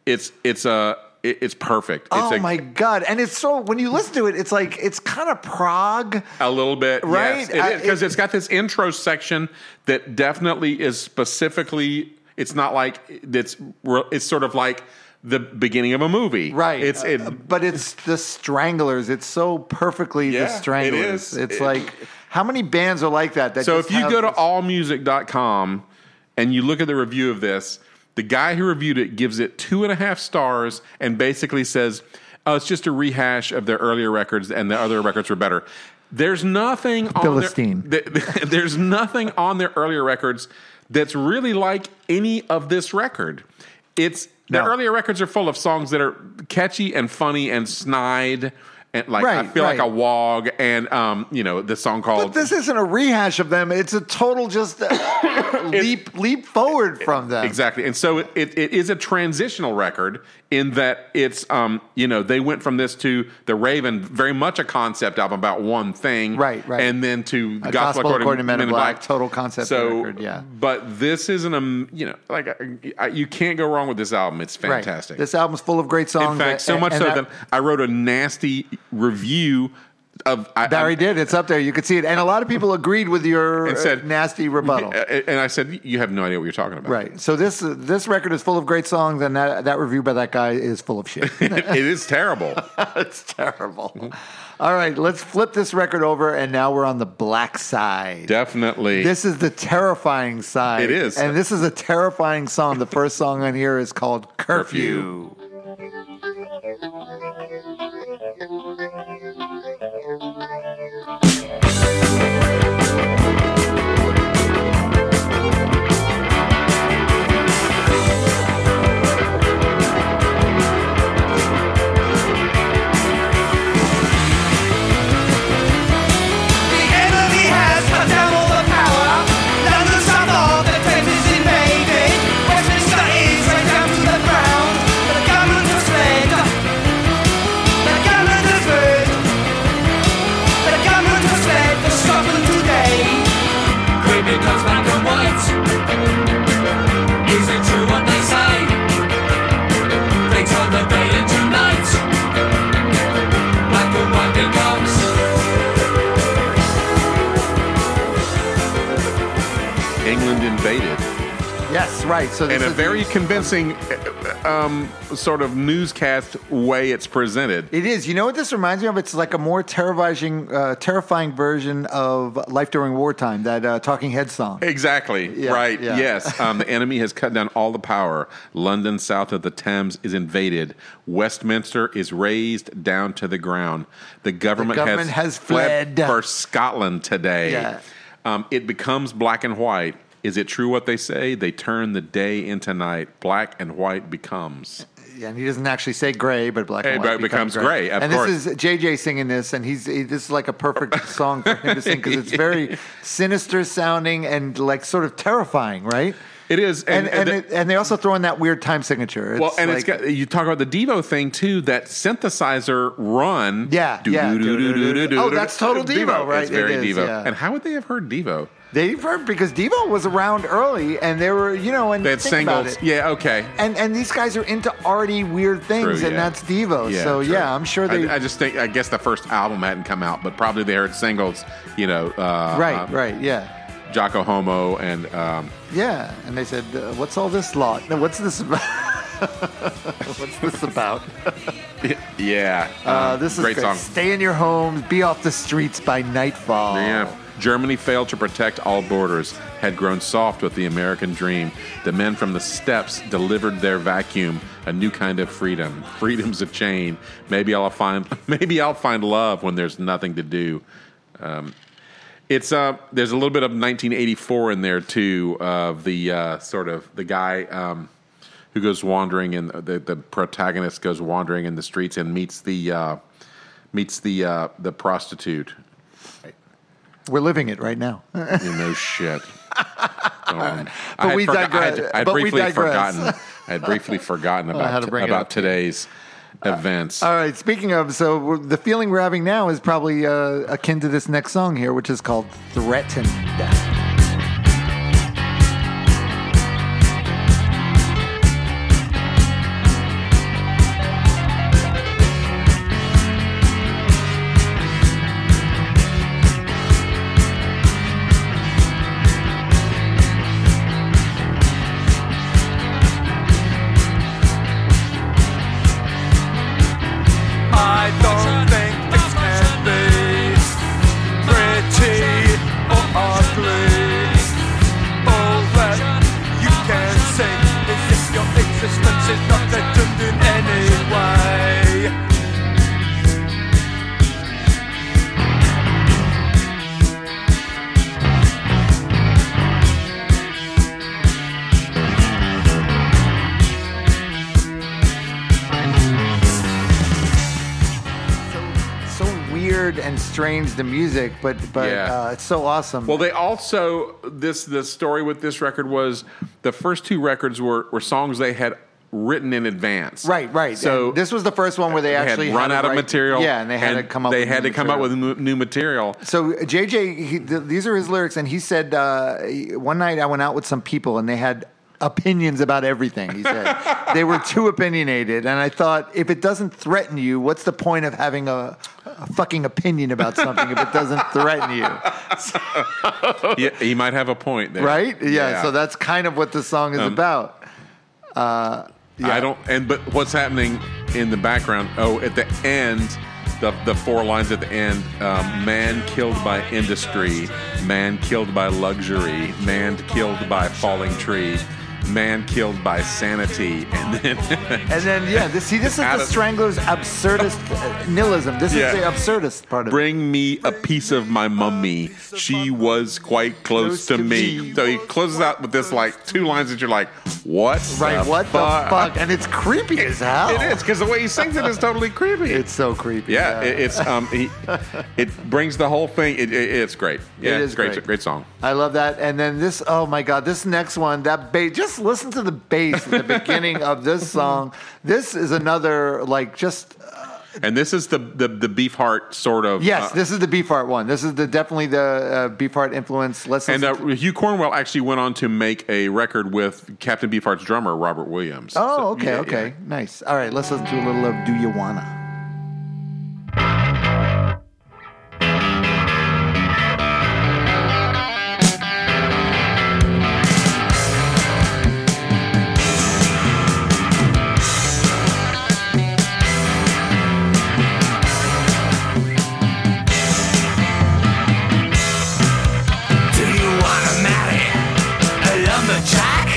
[SPEAKER 1] it's it's a it- it's perfect. It's
[SPEAKER 5] oh
[SPEAKER 1] a,
[SPEAKER 5] my god! And it's so when you listen to it, it's like it's kind of Prague.
[SPEAKER 1] a little bit
[SPEAKER 5] Right?
[SPEAKER 1] yes,
[SPEAKER 5] I-
[SPEAKER 1] because
[SPEAKER 5] it-
[SPEAKER 1] it's got this intro section that definitely is specifically. It's not like it's re- it's sort of like the beginning of a movie,
[SPEAKER 5] Right.
[SPEAKER 1] It's it,
[SPEAKER 5] Uh, but it's the Stranglers. It's so perfectly
[SPEAKER 1] Yeah,
[SPEAKER 5] the
[SPEAKER 1] it
[SPEAKER 5] Stranglers.
[SPEAKER 1] is.
[SPEAKER 5] It's
[SPEAKER 1] It-
[SPEAKER 5] like how many bands are like that? that
[SPEAKER 1] So
[SPEAKER 5] just
[SPEAKER 1] if you
[SPEAKER 5] have
[SPEAKER 1] go to
[SPEAKER 5] this-
[SPEAKER 1] allmusic.com and you look at the review of this, the guy who reviewed it gives it two and a half stars and basically says, oh, it's just a rehash of their earlier records and the other records were better. There's nothing on
[SPEAKER 5] Philistine.
[SPEAKER 1] Their, [LAUGHS] th- there's nothing on their earlier records that's really like any of this record. It's the
[SPEAKER 5] No.
[SPEAKER 1] earlier records are full of songs that are catchy and funny and snide and like I
[SPEAKER 5] Right,
[SPEAKER 1] feel like
[SPEAKER 5] right.
[SPEAKER 1] a wog, and um, you know, the song called
[SPEAKER 5] But this isn't a rehash of them. It's a total
[SPEAKER 1] [COUGHS]
[SPEAKER 5] just uh, leap leap forward from them.
[SPEAKER 1] Exactly. And so it, it, it is a transitional record in that it's, um, you know, they went from this to The Raven, very much a concept album about one thing.
[SPEAKER 5] Right, right.
[SPEAKER 1] And then to
[SPEAKER 5] A Gospel According to Men in Black, total concept
[SPEAKER 1] so,
[SPEAKER 5] record, yeah.
[SPEAKER 1] But this is an, um, you know, like I, I, you can't go wrong with this album. It's
[SPEAKER 5] Right.
[SPEAKER 1] fantastic.
[SPEAKER 5] This album's full of great songs.
[SPEAKER 1] in fact, so
[SPEAKER 5] and-
[SPEAKER 1] much
[SPEAKER 5] and
[SPEAKER 1] so that, I wrote a nasty review of I,
[SPEAKER 5] Barry
[SPEAKER 1] I-
[SPEAKER 5] did. It's up there. You could see it, and a lot of people agreed with
[SPEAKER 1] [LAUGHS]
[SPEAKER 5] your
[SPEAKER 1] And
[SPEAKER 5] uh,
[SPEAKER 1] said-
[SPEAKER 5] nasty rebuttal.
[SPEAKER 1] And I said, you have no idea what you're talking about.
[SPEAKER 5] Right. So this uh, this record is full of great songs, and that that review by that guy is full
[SPEAKER 1] [LAUGHS]
[SPEAKER 5] of shit.
[SPEAKER 1] [LAUGHS] it is
[SPEAKER 5] [LAUGHS]
[SPEAKER 1] terrible.
[SPEAKER 5] it's terrible.
[SPEAKER 1] Mm-hmm.
[SPEAKER 5] All right, let's flip this record over, and now we're on the black side.
[SPEAKER 1] Definitely.
[SPEAKER 5] This is the terrifying side.
[SPEAKER 1] It is.
[SPEAKER 5] and this is a terrifying song. The first song on here is called
[SPEAKER 1] Curfew.
[SPEAKER 5] "Curfew."
[SPEAKER 4] The enemy has cut down all the power. London's top of the Thames is invaded. Westminster is right down to the ground. The government has fled. The government has fled. The government has fled for Scotland today. Creepy comes black and white. Is it true what they say? Things on the day and tonight. Black and white becomes.
[SPEAKER 1] England invaded.
[SPEAKER 5] Yes, right. So this
[SPEAKER 1] in a
[SPEAKER 5] is
[SPEAKER 1] very convincing uh, um, sort of newscast way it's presented.
[SPEAKER 5] It is. You know what this reminds me of? It's like a more terrifying, uh, terrifying version of "Life During Wartime," that uh, Talking Head song.
[SPEAKER 1] Exactly.
[SPEAKER 5] Yeah,
[SPEAKER 1] right.
[SPEAKER 5] yeah. [LAUGHS]
[SPEAKER 1] Yes. Um, the enemy has cut down all the power. London, south of the Thames, is invaded. Westminster is razed down to the ground. The government,
[SPEAKER 5] government has fled.
[SPEAKER 1] for Scotland today.
[SPEAKER 5] Yeah.
[SPEAKER 1] Um, it becomes black and white. Is it true what they say? They turn the day into night. Black and white becomes.
[SPEAKER 5] and he doesn't actually say gray, but black
[SPEAKER 1] Hey,
[SPEAKER 5] and white
[SPEAKER 1] but it becomes gray, of
[SPEAKER 5] and
[SPEAKER 1] course.
[SPEAKER 5] this is JJ singing this, and he's he, this is like a perfect song for him to sing because
[SPEAKER 1] [LAUGHS]
[SPEAKER 5] it's very sinister sounding and like sort of terrifying, right?
[SPEAKER 1] It is.
[SPEAKER 5] And and,
[SPEAKER 1] the-
[SPEAKER 5] it, and they also throw in that weird time signature. It's
[SPEAKER 1] well, and it's
[SPEAKER 5] like-
[SPEAKER 1] got you talk about the Devo thing too. That synthesizer run,
[SPEAKER 5] Yeah,
[SPEAKER 1] Do,
[SPEAKER 5] yeah.
[SPEAKER 1] do, do, do, do, do, do,
[SPEAKER 5] Oh,
[SPEAKER 1] do.
[SPEAKER 5] that's total Devo, right?
[SPEAKER 1] It's
[SPEAKER 5] It
[SPEAKER 1] very
[SPEAKER 5] is,
[SPEAKER 1] Devo.
[SPEAKER 5] yeah.
[SPEAKER 1] And how would they have heard Devo?
[SPEAKER 5] they heard because Devo was around early, and they were you know and
[SPEAKER 1] They had
[SPEAKER 5] think about
[SPEAKER 1] singles.
[SPEAKER 5] it.
[SPEAKER 1] Yeah, okay.
[SPEAKER 5] And and these guys are into arty weird things,
[SPEAKER 1] True,
[SPEAKER 5] and
[SPEAKER 1] yeah.
[SPEAKER 5] that's Devo. Oh, so
[SPEAKER 1] true.
[SPEAKER 5] yeah, I'm sure they
[SPEAKER 1] I, I just think I guess the first album hadn't come out, but probably they heard singles. You know, uh,
[SPEAKER 5] right,
[SPEAKER 1] uh,
[SPEAKER 5] right, yeah.
[SPEAKER 1] Jocko Homo and um,
[SPEAKER 5] Yeah, and they said, uh, "What's all this lot? No, What's this about? [LAUGHS] What's
[SPEAKER 1] [LAUGHS]
[SPEAKER 5] this about?"
[SPEAKER 1] yeah,
[SPEAKER 5] Uh,
[SPEAKER 1] um,
[SPEAKER 5] this is
[SPEAKER 1] Uh, great
[SPEAKER 5] great.
[SPEAKER 1] song.
[SPEAKER 5] Stay in your homes, be off the streets by nightfall.
[SPEAKER 1] Yeah. Germany failed to protect all borders, had grown soft with the American dream. The men from the steppes delivered their vacuum, a new kind of freedom. [LAUGHS] Freedom's a chain. Maybe I'll find [LAUGHS] maybe I'll find love when there's nothing to do. Um, it's uh, there's a little bit of 1984 in there too of the uh, sort of the guy um, who goes wandering and the, the protagonist goes wandering in the streets and meets the uh, meets the uh, the prostitute
[SPEAKER 5] We're living it right now. [LAUGHS]
[SPEAKER 1] yeah, no shit. Um,
[SPEAKER 5] But we
[SPEAKER 1] forgo-
[SPEAKER 5] digress-
[SPEAKER 1] I had, I had
[SPEAKER 5] but we
[SPEAKER 1] briefly
[SPEAKER 5] digress.
[SPEAKER 1] forgotten. I
[SPEAKER 5] [LAUGHS]
[SPEAKER 1] had briefly forgotten
[SPEAKER 5] how
[SPEAKER 1] about
[SPEAKER 5] to bring it
[SPEAKER 1] about
[SPEAKER 5] up. Uh,
[SPEAKER 1] today's events.
[SPEAKER 5] All right. Speaking of, so we're- the feeling we're having now is probably uh, akin to this next song here, which is called "Threatened."
[SPEAKER 4] I don't think this can be pretty or ugly.
[SPEAKER 5] strange the music, but but
[SPEAKER 1] Yeah.
[SPEAKER 5] uh, it's so awesome.
[SPEAKER 1] Well, they also this the story with this record was the first two records were were songs they had written in advance.
[SPEAKER 5] right, right.
[SPEAKER 1] So
[SPEAKER 5] And this was the first one where they,
[SPEAKER 1] they
[SPEAKER 5] actually
[SPEAKER 1] had run
[SPEAKER 5] to
[SPEAKER 1] out of
[SPEAKER 5] write-
[SPEAKER 1] material.
[SPEAKER 5] Yeah, and they had to come up.
[SPEAKER 1] They
[SPEAKER 5] with
[SPEAKER 1] had
[SPEAKER 5] new
[SPEAKER 1] to come up
[SPEAKER 5] material.
[SPEAKER 1] with new, new [LAUGHS] material.
[SPEAKER 5] So JJ, he, th- these are his lyrics, and he said uh, he- one night I went out with some people, and they had opinions about everything.
[SPEAKER 1] [LAUGHS]
[SPEAKER 5] He said they were too opinionated, and I thought if it doesn't threaten you, what's the point of having a, a fucking opinion about something if it doesn't
[SPEAKER 1] [LAUGHS]
[SPEAKER 5] threaten you,
[SPEAKER 1] yeah, he might have a point there,
[SPEAKER 5] right? Yeah. So that's kind of what the song is
[SPEAKER 1] Um,
[SPEAKER 5] about.
[SPEAKER 1] I don't. And but what's happening in the background? Oh, at the end, the the four lines at the end: um, man killed by industry, man killed by luxury, man killed by falling tree, man killed by sanity, and then [LAUGHS]
[SPEAKER 5] And then yeah, this see this is
[SPEAKER 1] Out
[SPEAKER 5] the
[SPEAKER 1] of-
[SPEAKER 5] Stranglers' absurdist uh, nihilism. This
[SPEAKER 1] Yeah.
[SPEAKER 5] is the absurdist part of it.
[SPEAKER 1] bring me a piece of my mummy. She was quite close, to, me. So he closes out with this like two lines that you're like, what?
[SPEAKER 5] Right?
[SPEAKER 1] the
[SPEAKER 5] What the
[SPEAKER 1] fuck?
[SPEAKER 5] fuck? And it's creepy as hell.
[SPEAKER 1] It is because the way he sings it is totally creepy.
[SPEAKER 5] It's so creepy.
[SPEAKER 1] Yeah, It, it's um,
[SPEAKER 5] [LAUGHS]
[SPEAKER 1] he, it brings the whole thing. It, it, it's great. Yeah,
[SPEAKER 5] It is
[SPEAKER 1] it's great,
[SPEAKER 5] great.
[SPEAKER 1] great, song.
[SPEAKER 5] I love that. And then this, oh my God, this next one, that bass, just listen to the bass
[SPEAKER 1] [LAUGHS]
[SPEAKER 5] at the beginning of this song. This is another, like, just,
[SPEAKER 1] And this is the the, the beef heart sort of.
[SPEAKER 5] yes,
[SPEAKER 1] uh,
[SPEAKER 5] this is the Beefheart one. This is the definitely the uh, Beefheart influence. Let's
[SPEAKER 1] and uh,
[SPEAKER 5] listen to-
[SPEAKER 1] Hugh Cornwell actually went on to make a record with Captain Beefheart's drummer Robert Williams.
[SPEAKER 5] Oh,
[SPEAKER 1] So,
[SPEAKER 5] okay,
[SPEAKER 1] yeah,
[SPEAKER 5] okay. Nice. All right, let's listen to a little of Do You Wanna?
[SPEAKER 4] Do you wanna marry a lumberjack?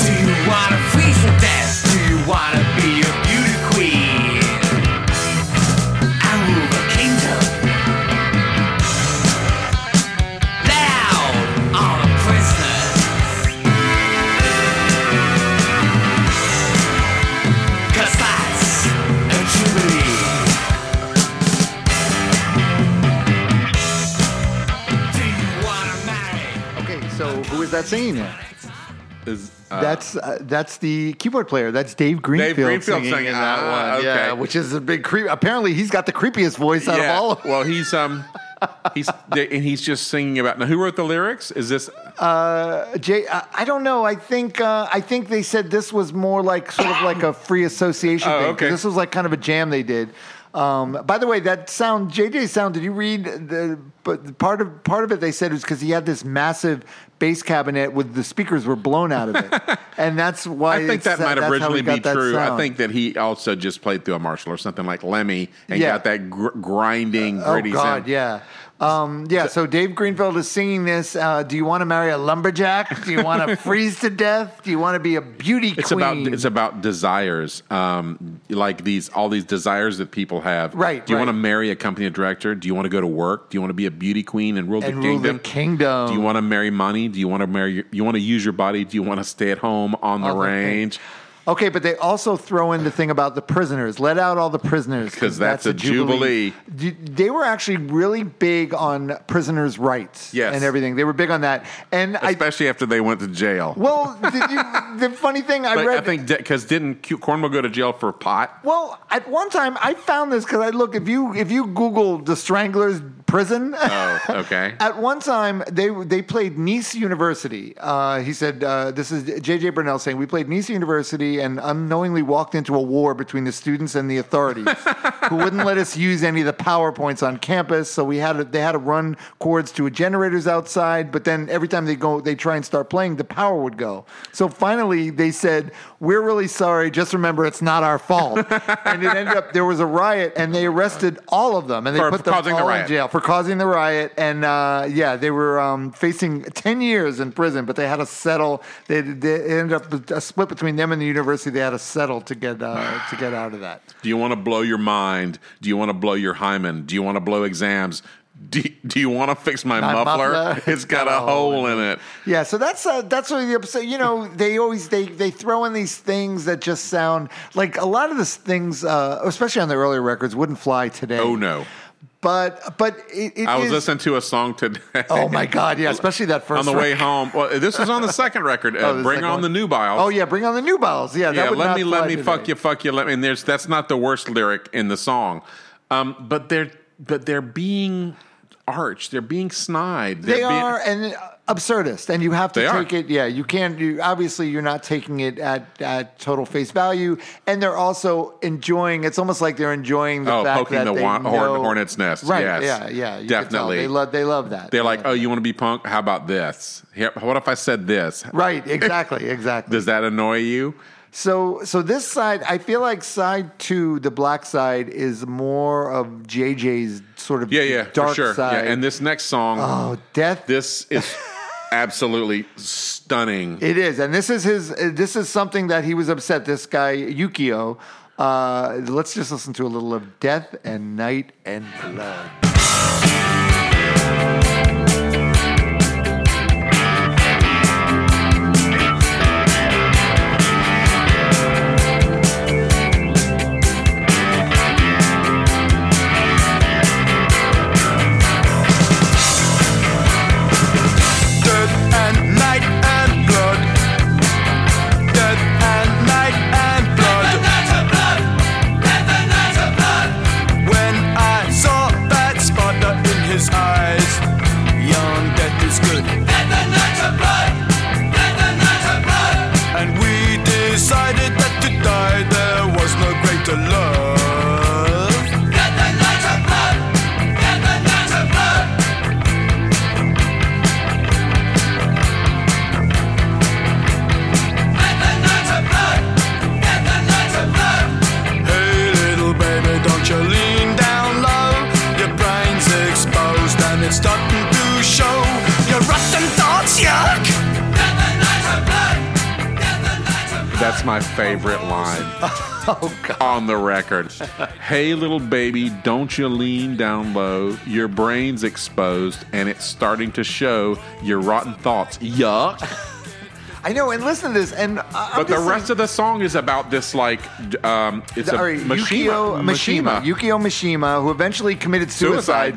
[SPEAKER 4] Do you wanna freeze to death? Do you wanna be a beauty queen? And rule the kingdom? Loud on the prisoners. Cause that's a jubilee. Do you wanna marry?
[SPEAKER 5] Okay, so who is that singing there?
[SPEAKER 1] yeah. Is, uh,
[SPEAKER 5] that's uh, that's the keyboard player. That's Dave Greenfield,
[SPEAKER 1] Greenfield
[SPEAKER 5] singing,
[SPEAKER 1] singing.
[SPEAKER 5] in that
[SPEAKER 1] Ah,
[SPEAKER 5] one. Yeah,
[SPEAKER 1] okay.
[SPEAKER 5] which is a big creep. Apparently, he's got the creepiest voice out of all of them.
[SPEAKER 1] Well, he's
[SPEAKER 5] [LAUGHS]
[SPEAKER 1] um, he's and he's just singing about. Now, who wrote the lyrics? Is this
[SPEAKER 5] Jay, I I don't know. I think uh, I think they said this was more like sort of like a free association
[SPEAKER 1] Oh,
[SPEAKER 5] thing. 'cause
[SPEAKER 1] okay.
[SPEAKER 5] This was like kind of a jam they did. Um, by the way, that sound JJ sound. Did you read the? But part of part of it they said was because he had this massive bass cabinet with the speakers were blown out
[SPEAKER 1] [LAUGHS]
[SPEAKER 5] of it, and that's why
[SPEAKER 1] I think
[SPEAKER 5] it's-
[SPEAKER 1] that might
[SPEAKER 5] that's how he
[SPEAKER 1] originally
[SPEAKER 5] got
[SPEAKER 1] be
[SPEAKER 5] that
[SPEAKER 1] true. I
[SPEAKER 5] sound.
[SPEAKER 1] think that he also just played through a marshal or something like Lemmy and
[SPEAKER 5] Yeah.
[SPEAKER 1] got that gr- grinding, gritty
[SPEAKER 5] Oh God,
[SPEAKER 1] sound.
[SPEAKER 5] yeah. Um, yeah, so Dave Greenfield is singing this. Uh, do you want to marry a lumberjack? Do you want
[SPEAKER 1] [LAUGHS]
[SPEAKER 5] to freeze to death? Do you want to be a beauty
[SPEAKER 1] It's
[SPEAKER 5] queen?
[SPEAKER 1] about it's about desires, um, like these all these desires that people have.
[SPEAKER 5] Right,
[SPEAKER 1] Do you
[SPEAKER 5] right.
[SPEAKER 1] want to marry a company director? Do you want to go to work? Do you want to be a beauty queen and rule,
[SPEAKER 5] and
[SPEAKER 1] the,
[SPEAKER 5] rule
[SPEAKER 1] kingdom?
[SPEAKER 5] the kingdom.
[SPEAKER 1] Do you want to marry money? Do you want to marry? Your, you want to use your body? Do you want to stay at home on the
[SPEAKER 5] On the
[SPEAKER 1] range?
[SPEAKER 5] Okay, but they also throw in the thing about the prisoners. Let out all the prisoners
[SPEAKER 1] 'Cause that's a jubilee.
[SPEAKER 5] D- They were actually really big on prisoners' rights
[SPEAKER 1] Yes.
[SPEAKER 5] and everything. They were big on that. And I
[SPEAKER 1] Especially after they went to jail.
[SPEAKER 5] well, did you, the funny thing I
[SPEAKER 1] But
[SPEAKER 5] read.
[SPEAKER 1] I think because didn't Q- Cornwell go to jail for
[SPEAKER 5] [LAUGHS]
[SPEAKER 1] pot?
[SPEAKER 5] well, at one time I found this because I look if you if you Google the Stranglers prison. [LAUGHS]
[SPEAKER 1] Oh, okay.
[SPEAKER 5] At one time, they they played Nice University. Uh, he said, uh, "This is JJ Burnell saying we played Nice University and unknowingly walked into a war between the students and the authorities, who wouldn't let us use any of the powerpoints on campus. So we had to, they had to run cords to generators outside. But then every time they go, they try and start playing, the power would go. So finally, they said, "We're really sorry. Just remember, it's not our fault." and it ended up there was a riot, and they arrested all of them, and they
[SPEAKER 1] For
[SPEAKER 5] put them
[SPEAKER 1] causing the
[SPEAKER 5] all in
[SPEAKER 1] riot.
[SPEAKER 5] jail jail for causing the riot, and uh, yeah, they were um, facing ten years in prison. But they had to settle. They, they it ended up with a split between them and the university. They had to settle to get uh, to get out of that.
[SPEAKER 1] Do you want to blow your mind? Do you want to blow your hymen? Do you want to blow exams? Do, do you want to fix my,
[SPEAKER 5] My
[SPEAKER 1] muffler?
[SPEAKER 5] muffler?
[SPEAKER 1] It's got a hole in it.
[SPEAKER 5] Yeah, so that's uh, that's really the episode. You know, they always they they throw in these things that just sound like a lot of these things, uh, especially on the earlier records, wouldn't fly today.
[SPEAKER 1] Oh, no.
[SPEAKER 5] But but it, it
[SPEAKER 1] I was
[SPEAKER 5] is-
[SPEAKER 1] listening to a song today.
[SPEAKER 5] Oh my
[SPEAKER 1] [LAUGHS]
[SPEAKER 5] God! Yeah, especially that first
[SPEAKER 1] on the
[SPEAKER 5] record.
[SPEAKER 1] way home. Well, this is on the second record.
[SPEAKER 5] [LAUGHS] Oh,
[SPEAKER 1] Uh,
[SPEAKER 5] the
[SPEAKER 1] bring
[SPEAKER 5] second
[SPEAKER 1] on
[SPEAKER 5] one.
[SPEAKER 1] the new Biles.
[SPEAKER 5] Oh yeah, bring on the new bottles. Yeah, that
[SPEAKER 1] yeah.
[SPEAKER 5] would
[SPEAKER 1] Let
[SPEAKER 5] not
[SPEAKER 1] me, let
[SPEAKER 5] fly
[SPEAKER 1] me,
[SPEAKER 5] today.
[SPEAKER 1] fuck you, fuck you, let me. And there's that's not the worst lyric in the song, um, but they're but they're being arch. They're being snide. They're
[SPEAKER 5] They
[SPEAKER 1] being-
[SPEAKER 5] are an uh, absurdist, and you have to
[SPEAKER 1] They are.
[SPEAKER 5] take it. Yeah, you can't. You obviously you're not taking it at, at total face value, and they're also enjoying. It's almost like they're enjoying the
[SPEAKER 1] Oh,
[SPEAKER 5] fact
[SPEAKER 1] poking
[SPEAKER 5] that
[SPEAKER 1] the
[SPEAKER 5] they
[SPEAKER 1] wa- horn-
[SPEAKER 5] know-
[SPEAKER 1] hornet's nest.
[SPEAKER 5] Right?
[SPEAKER 1] Yes.
[SPEAKER 5] Yeah, yeah, you can tell.
[SPEAKER 1] Definitely.
[SPEAKER 5] They love. They love that.
[SPEAKER 1] They're like,
[SPEAKER 5] Yeah.
[SPEAKER 1] oh, you want to be punk? How about this? Here, what if I said this?
[SPEAKER 5] right, exactly, exactly.
[SPEAKER 1] Does that annoy you?
[SPEAKER 5] So, so this side, I feel like side two, the black side, is more of JJ's sort of
[SPEAKER 1] Yeah, yeah,
[SPEAKER 5] dark
[SPEAKER 1] for sure.
[SPEAKER 5] side.
[SPEAKER 1] Yeah, and this next song,
[SPEAKER 5] oh, death.
[SPEAKER 1] this
[SPEAKER 5] [LAUGHS]
[SPEAKER 1] is absolutely stunning.
[SPEAKER 5] It is, and this is his. uh, This is something that he was upset. This guy Yukio. Uh, let's just listen to a little of death and night and blood.
[SPEAKER 4] Death and night and blood. Death and night and blood. When I saw that sparkle in his eyes, young death is good. And we decided that to die there was no greater love. Hey little baby, don't you lean down low. Your brain's exposed and it's starting to show. Your rotten thoughts, yuck.
[SPEAKER 1] That's my
[SPEAKER 5] [LAUGHS]
[SPEAKER 1] favorite line
[SPEAKER 5] Oh,
[SPEAKER 1] on the record. Hey, little baby, don't you lean down low. Your brain's exposed and it's starting to show your rotten thoughts. Yuck.
[SPEAKER 5] I know, and listen to this. And uh, I'm
[SPEAKER 1] But the
[SPEAKER 5] just
[SPEAKER 1] rest of the song is about this, like, d- um, it's
[SPEAKER 5] saying-
[SPEAKER 1] a
[SPEAKER 5] sorry,
[SPEAKER 1] Mishima.
[SPEAKER 5] Yukio
[SPEAKER 1] Mishima.
[SPEAKER 5] Mishima. Yukio Mishima, who eventually committed suicide,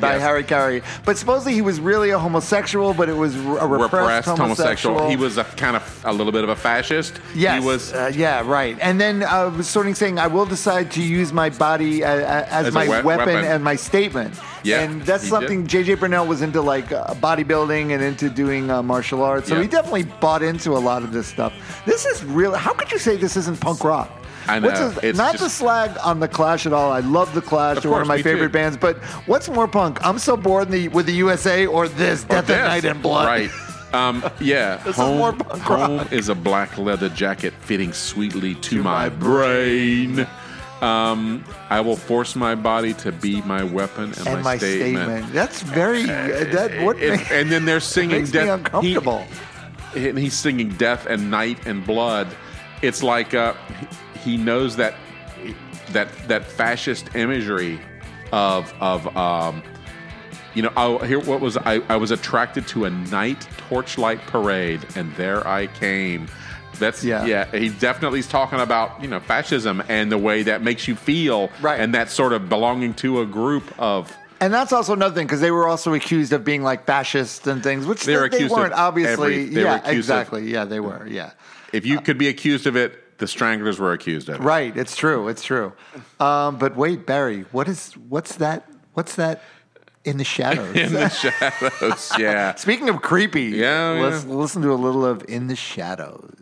[SPEAKER 1] Suicide,
[SPEAKER 5] by
[SPEAKER 1] yes.
[SPEAKER 5] Harikari. But supposedly he was really a homosexual, but it was a repressed,
[SPEAKER 1] Repressed
[SPEAKER 5] homosexual.
[SPEAKER 1] homosexual. He was a kind of a little bit of a fascist.
[SPEAKER 5] Yes.
[SPEAKER 1] He was
[SPEAKER 5] uh, yeah, right. And then uh, was sort of saying, I will decide to use my body uh, uh,
[SPEAKER 1] As
[SPEAKER 5] as,
[SPEAKER 1] a
[SPEAKER 5] my
[SPEAKER 1] we-
[SPEAKER 5] weapon,
[SPEAKER 1] weapon.
[SPEAKER 5] and my statement.
[SPEAKER 1] Yeah,
[SPEAKER 5] And that's
[SPEAKER 1] he
[SPEAKER 5] something JJ Brunel was into, like uh, bodybuilding and into doing uh, martial arts. So
[SPEAKER 1] Yeah.
[SPEAKER 5] he definitely bought into a lot of this stuff. This is real. How could you say this isn't punk rock?
[SPEAKER 1] I know,
[SPEAKER 5] What's his-
[SPEAKER 1] it's
[SPEAKER 5] not
[SPEAKER 1] just-
[SPEAKER 5] to slag on the Clash at all. I love the Clash.
[SPEAKER 1] Of
[SPEAKER 5] They're one of
[SPEAKER 1] course,
[SPEAKER 5] my
[SPEAKER 1] me too.
[SPEAKER 5] favorite bands. But what's more punk? I'm so bored in the, with the USA or this
[SPEAKER 1] Or
[SPEAKER 5] Death at
[SPEAKER 1] this.
[SPEAKER 5] Night and Blood.
[SPEAKER 1] Right. Um,
[SPEAKER 5] [LAUGHS]
[SPEAKER 1] yeah.
[SPEAKER 5] This is
[SPEAKER 1] home,
[SPEAKER 5] more punk
[SPEAKER 1] home
[SPEAKER 5] rock.
[SPEAKER 1] is a black leather jacket fitting sweetly to, my,
[SPEAKER 5] my
[SPEAKER 1] brain. Um, I will force my body to be my weapon and,
[SPEAKER 5] And
[SPEAKER 1] my,
[SPEAKER 5] my
[SPEAKER 1] statement.
[SPEAKER 5] statement. That's very. uh, that what
[SPEAKER 1] It-
[SPEAKER 5] ma-
[SPEAKER 1] and then
[SPEAKER 5] [LAUGHS]
[SPEAKER 1] they're singing
[SPEAKER 5] makes me
[SPEAKER 1] death. he-
[SPEAKER 5] uncomfortable.
[SPEAKER 1] and he's singing death and night and blood. It's like uh, he- he knows that that that fascist imagery of of um, you know I, here what was I, I was attracted to a night torchlight parade and there I came. That's
[SPEAKER 5] Yeah.
[SPEAKER 1] yeah. He definitely is talking about you know fascism and the way that makes you feel,
[SPEAKER 5] Right.
[SPEAKER 1] And that sort of belonging to a group of
[SPEAKER 5] And that's also another thing because they were also accused of being like fascists and things, which
[SPEAKER 1] They
[SPEAKER 5] they,
[SPEAKER 1] were
[SPEAKER 5] they
[SPEAKER 1] accused of
[SPEAKER 5] weren't obviously.
[SPEAKER 1] every- they were
[SPEAKER 5] yeah,
[SPEAKER 1] accused of-
[SPEAKER 5] exactly. yeah, they were. Yeah,
[SPEAKER 1] if you could be accused of it, the Stranglers were accused of it.
[SPEAKER 5] Uh, right. It's true. It's true. Um, but wait, Barry, what is what's that? What's that in the
[SPEAKER 1] [LAUGHS]
[SPEAKER 5] shadows?
[SPEAKER 1] In the shadows,
[SPEAKER 5] [LAUGHS]
[SPEAKER 1] yeah.
[SPEAKER 5] Speaking of creepy,
[SPEAKER 1] Yeah, yeah.
[SPEAKER 5] let's listen to a little of "In the Shadows."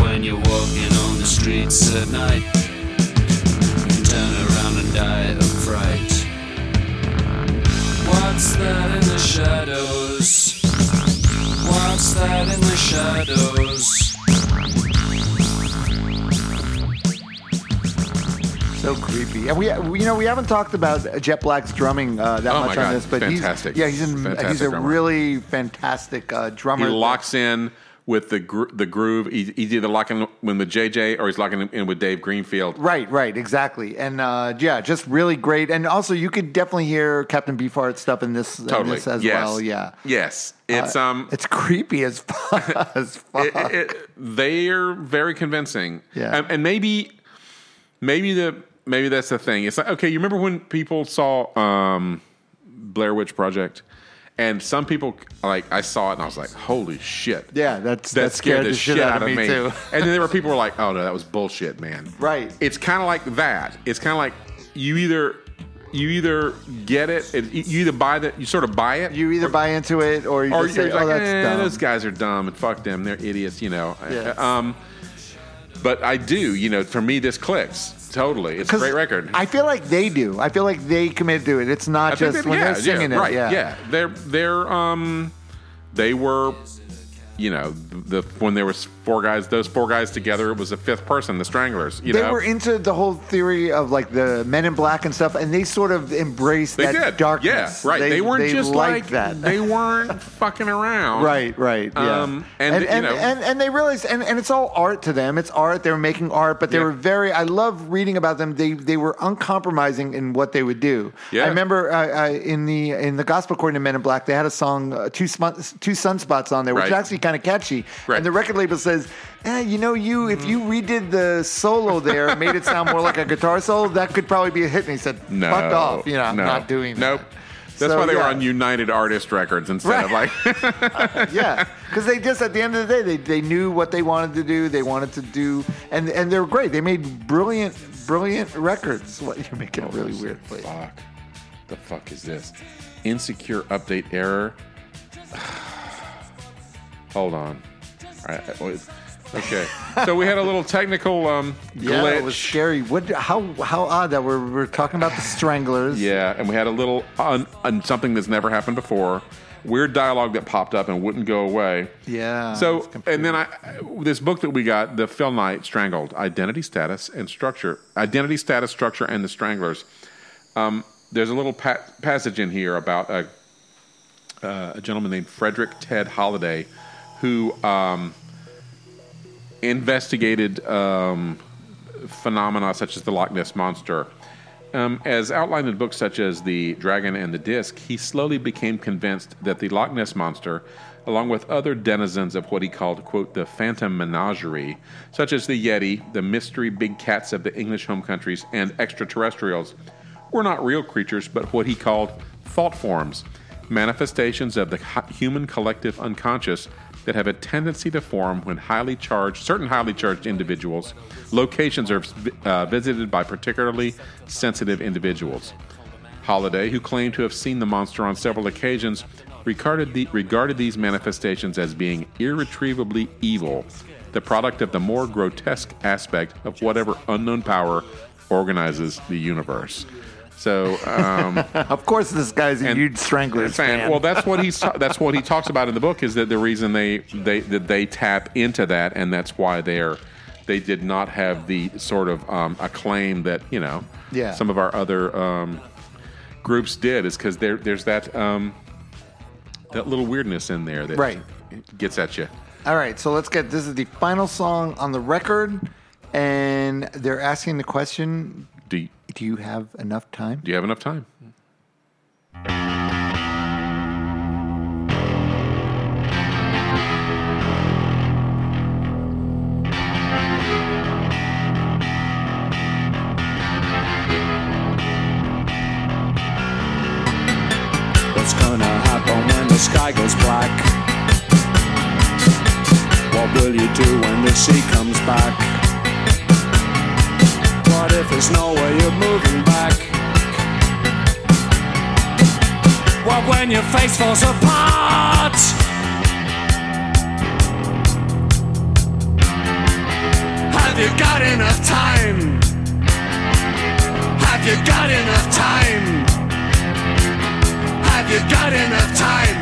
[SPEAKER 4] When you're walking on the streets at night, you turn around and die of fright. What's that shadows.
[SPEAKER 5] So creepy. And we, we- you know, we haven't talked about Jet Black's drumming uh, that
[SPEAKER 1] Oh my
[SPEAKER 5] much
[SPEAKER 1] God,
[SPEAKER 5] on this, but
[SPEAKER 1] fantastic.
[SPEAKER 5] he's yeah, he's an, he's
[SPEAKER 1] Fantastic
[SPEAKER 5] a
[SPEAKER 1] drummer.
[SPEAKER 5] really fantastic uh, drummer.
[SPEAKER 1] He locks in with the gr- the groove. He, he's either locking in with JJ or he's locking in with Dave Greenfield.
[SPEAKER 5] Right, right, exactly, and uh, yeah, just really great. And also, you could definitely hear Captain Beefheart stuff in this, in
[SPEAKER 1] Totally.
[SPEAKER 5] this as
[SPEAKER 1] yes.
[SPEAKER 5] well. Yeah,
[SPEAKER 1] Yes. It's
[SPEAKER 5] Uh,
[SPEAKER 1] um.
[SPEAKER 5] it's
[SPEAKER 1] [LAUGHS]
[SPEAKER 5] creepy as fuck. as fuck.
[SPEAKER 1] it, it, it- they're very convincing.
[SPEAKER 5] Yeah.
[SPEAKER 1] and, and maybe, maybe the maybe that's the thing. It's like okay, you remember when people saw um, Blair Witch Project, and some people like I saw it and I was like, holy shit,
[SPEAKER 5] yeah, that's
[SPEAKER 1] that,
[SPEAKER 5] that
[SPEAKER 1] scared, the shit out of me.
[SPEAKER 5] too.
[SPEAKER 1] [LAUGHS] and then there were people who were like, "Oh no, that was bullshit, man."
[SPEAKER 5] Right.
[SPEAKER 1] It's kind of like that. It's kind of like you either you either get it, it you either buy that, you sort of buy it,
[SPEAKER 5] You either buy into it or you
[SPEAKER 1] or
[SPEAKER 5] just
[SPEAKER 1] you're
[SPEAKER 5] say,
[SPEAKER 1] like,
[SPEAKER 5] "Oh, that's
[SPEAKER 1] eh,
[SPEAKER 5] dumb."
[SPEAKER 1] those guys are dumb and fuck them, they're idiots," you know.
[SPEAKER 5] Yes.
[SPEAKER 1] Um, but I do, you know, for me this clicks totally. It's a
[SPEAKER 5] 'Cause
[SPEAKER 1] great record.
[SPEAKER 5] I feel like they do. I feel like they commit to it. It's not
[SPEAKER 1] I think
[SPEAKER 5] just
[SPEAKER 1] that-
[SPEAKER 5] when
[SPEAKER 1] yeah,
[SPEAKER 5] they're singing
[SPEAKER 1] yeah,
[SPEAKER 5] it.
[SPEAKER 1] right,
[SPEAKER 5] yeah.
[SPEAKER 1] They're they're um they were you know the when there was four guys those four guys together it was a fifth person the Stranglers you
[SPEAKER 5] They
[SPEAKER 1] know
[SPEAKER 5] were into the whole theory of like the Men in Black and stuff, and they sort of embraced
[SPEAKER 1] they
[SPEAKER 5] that
[SPEAKER 1] did
[SPEAKER 5] darkness.
[SPEAKER 1] yeah right they, weren't just like
[SPEAKER 5] liked that.
[SPEAKER 1] they weren't fucking around
[SPEAKER 5] Right, right, yeah,
[SPEAKER 1] Um, and,
[SPEAKER 5] and and,
[SPEAKER 1] you
[SPEAKER 5] and,
[SPEAKER 1] know-
[SPEAKER 5] and they realized, and, and it's all art to them. It's art. They were making art, but they
[SPEAKER 1] Yeah.
[SPEAKER 5] were very. I love reading about them. They they were uncompromising in what they would do.
[SPEAKER 1] Yeah.
[SPEAKER 5] I remember uh, uh, in the in the Gospel According to Men in Black, they had a song uh, two Spon- two sunspots on there, which
[SPEAKER 1] Right.
[SPEAKER 5] is actually kind of catchy.
[SPEAKER 1] Right.
[SPEAKER 5] And the record label says, eh, you know, you if you redid the solo there, and made it sound more like a guitar solo, that could probably be a hit. And he said,
[SPEAKER 1] no
[SPEAKER 5] fuck off, you know, I'm
[SPEAKER 1] no,
[SPEAKER 5] not doing
[SPEAKER 1] nope
[SPEAKER 5] that.
[SPEAKER 1] that's
[SPEAKER 5] So,
[SPEAKER 1] why they were
[SPEAKER 5] yeah.
[SPEAKER 1] on United Artist Records instead of
[SPEAKER 5] Right.
[SPEAKER 1] like
[SPEAKER 5] yeah,
[SPEAKER 1] [LAUGHS]
[SPEAKER 5] because they just at the end of the day, they, they knew what they wanted to do. They wanted to do, and and they were great. They made brilliant, brilliant records. What you're making a really weird place.
[SPEAKER 1] fuck the fuck is this insecure update error [SIGHS] hold on all right that was- okay so we had a little technical um
[SPEAKER 5] [LAUGHS] Yeah,
[SPEAKER 1] glitch
[SPEAKER 5] it was scary. What? How how odd that we're we're
[SPEAKER 1] [LAUGHS]
[SPEAKER 5] talking about the Stranglers.
[SPEAKER 1] yeah and we had a little on, on something that's never happened before weird dialogue that popped up and wouldn't go away
[SPEAKER 5] Yeah.
[SPEAKER 1] so and then I this book that we got, the Phil Knight Strangled Identity Status and Structure, Identity Status Structure and the Stranglers. Um, there's a little pa- passage in here about a, uh, a gentleman named Frederick Ted Holliday, who um, investigated um, phenomena such as the Loch Ness monster. Um, as outlined in books such as The Dragon and the Disc, he slowly became convinced that the Loch Ness monster, along with other denizens of what he called, quote, the phantom menagerie, such as the Yeti, the mystery big cats of the English home countries, and extraterrestrials, were not real creatures but what he called thought forms, manifestations of the hu- human collective unconscious that have a tendency to form when highly charged, certain highly charged individuals, locations are uh, visited by particularly sensitive individuals. Holiday, who claimed to have seen the monster on several occasions, regarded, the, regarded these manifestations as being irretrievably evil, the product of the more grotesque aspect of whatever unknown power organizes the universe. So, um,
[SPEAKER 5] of course, this guy's a
[SPEAKER 1] and-
[SPEAKER 5] huge Stranglers
[SPEAKER 1] fan.
[SPEAKER 5] fan.
[SPEAKER 1] Well, that's what he's that's what he talks about in the book is that the reason they they that they tap into that and that's why they're they did not have the sort of um, acclaim that you know
[SPEAKER 5] Yeah.
[SPEAKER 1] some of our other um, groups did is because there there's that um, that little weirdness in there that
[SPEAKER 5] Right.
[SPEAKER 1] gets at you.
[SPEAKER 5] All right, so let's get this is the final song on the record, and they're asking the question:
[SPEAKER 1] Do you,
[SPEAKER 5] Do you have enough time?
[SPEAKER 1] do you have enough time?
[SPEAKER 4] What's gonna happen when the sky goes black? What will you do when the sea comes back? What if there's nowhere you're moving back? What when your face falls apart? Have you got enough time? Have you got enough time? Have you got enough time?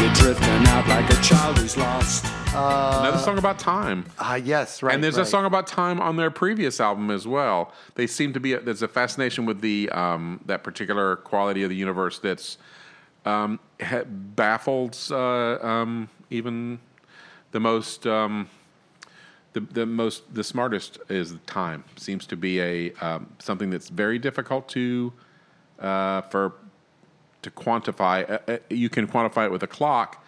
[SPEAKER 4] You're drifting out like a child
[SPEAKER 5] gets lost.
[SPEAKER 1] Another song about time.
[SPEAKER 5] Ah, yes, right.
[SPEAKER 1] and there's a
[SPEAKER 5] right.
[SPEAKER 1] song about time on their previous album as well. They seem to be there's a fascination with the um, that particular quality of the universe that's um, ha- baffled uh, um, even the most um, the the most the smartest is time seems to be a um, something that's very difficult to uh, for to quantify. Uh, uh, you can quantify it with a clock,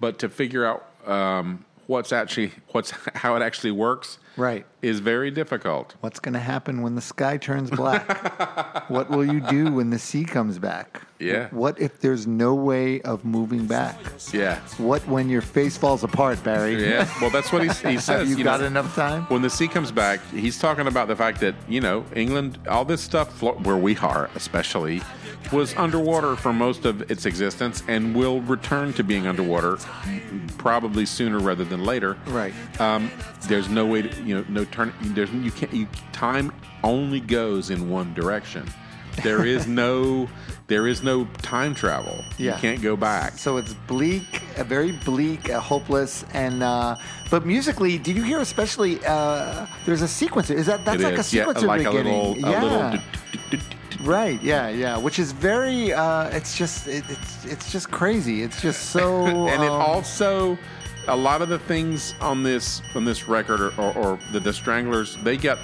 [SPEAKER 1] but to figure out um, what's actually what's [LAUGHS] how it actually works,
[SPEAKER 5] Right.
[SPEAKER 1] is very difficult.
[SPEAKER 5] What's going to happen when the sky turns black? what will you do when the sea comes back?
[SPEAKER 1] Yeah.
[SPEAKER 5] What if there's no way of moving back?
[SPEAKER 1] Yeah,
[SPEAKER 5] What when your face falls apart, Barry? [LAUGHS]
[SPEAKER 1] yeah. Well, that's what he, he says.
[SPEAKER 5] Have you,
[SPEAKER 1] you know.
[SPEAKER 5] got enough time?
[SPEAKER 1] When the sea comes back, he's talking about the fact that you know England, all this stuff Flo- where we are, especially, was underwater for most of its existence, and will return to being underwater, probably sooner rather than later.
[SPEAKER 5] Right.
[SPEAKER 1] Um, there's no way to you know no turn. There's you can't. You, time only goes in one direction. There is no there is no time travel.
[SPEAKER 5] Yeah.
[SPEAKER 1] You can't go back.
[SPEAKER 5] So it's bleak, a very bleak, a hopeless, and uh, but musically, did you hear especially? Uh, there's a sequencer. Is that that's
[SPEAKER 1] It
[SPEAKER 5] like
[SPEAKER 1] is,
[SPEAKER 5] a
[SPEAKER 1] yeah,
[SPEAKER 5] sequencer
[SPEAKER 1] like a
[SPEAKER 5] beginning?
[SPEAKER 1] little a
[SPEAKER 5] yeah.
[SPEAKER 1] little. d- d- d- d-
[SPEAKER 5] Right. Yeah. Yeah. Which is very. Uh, it's just. It, it's. It's just crazy. It's just so.
[SPEAKER 1] [LAUGHS] and it
[SPEAKER 5] um,
[SPEAKER 1] also a lot of the things on this on this record or, or, or the, the stranglers they get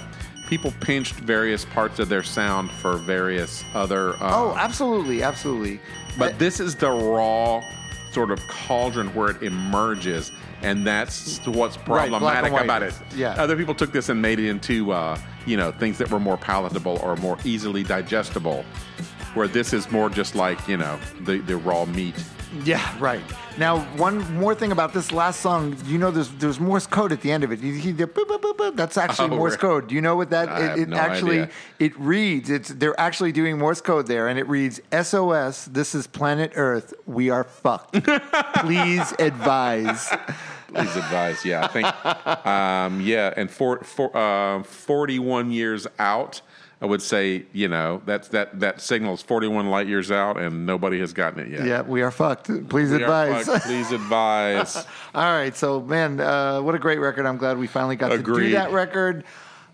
[SPEAKER 1] people pinched various parts of their sound for various other uh,
[SPEAKER 5] Oh, absolutely, absolutely. Uh,
[SPEAKER 1] but this is the raw sort of cauldron where it emerges and that's what's
[SPEAKER 5] Right, black and
[SPEAKER 1] problematic
[SPEAKER 5] white.
[SPEAKER 1] about it
[SPEAKER 5] Yeah.
[SPEAKER 1] other people took this and made it into uh, you know things that were more palatable or more easily digestible where this is more just like you know the, the raw meat
[SPEAKER 5] Yeah, right. Now, one more thing about this last song. You know, there's there's Morse code at the end of it. You hear the boop, boop, boop, boop. That's actually
[SPEAKER 1] Oh,
[SPEAKER 5] Morse
[SPEAKER 1] really?
[SPEAKER 5] code. Do you know what that?
[SPEAKER 1] I
[SPEAKER 5] it
[SPEAKER 1] have
[SPEAKER 5] it
[SPEAKER 1] no
[SPEAKER 5] actually
[SPEAKER 1] idea.
[SPEAKER 5] it reads. It's they're actually doing Morse code there, and it reads SOS. This is planet Earth. We
[SPEAKER 1] [LAUGHS]
[SPEAKER 5] are fucked. Please advise.
[SPEAKER 1] Please advise. Yeah, I
[SPEAKER 5] [LAUGHS]
[SPEAKER 1] think. um, yeah, and for, for uh, forty-one years out, I would say you know that's that that signals forty-one light years out, and nobody has gotten it yet.
[SPEAKER 5] Yeah, we are fucked. Please
[SPEAKER 1] We are
[SPEAKER 5] advise.
[SPEAKER 1] fucked. Please advise.
[SPEAKER 5] [LAUGHS] All right, so man, uh, what a great record. I'm glad we finally got to do
[SPEAKER 1] Agreed.
[SPEAKER 5] that record.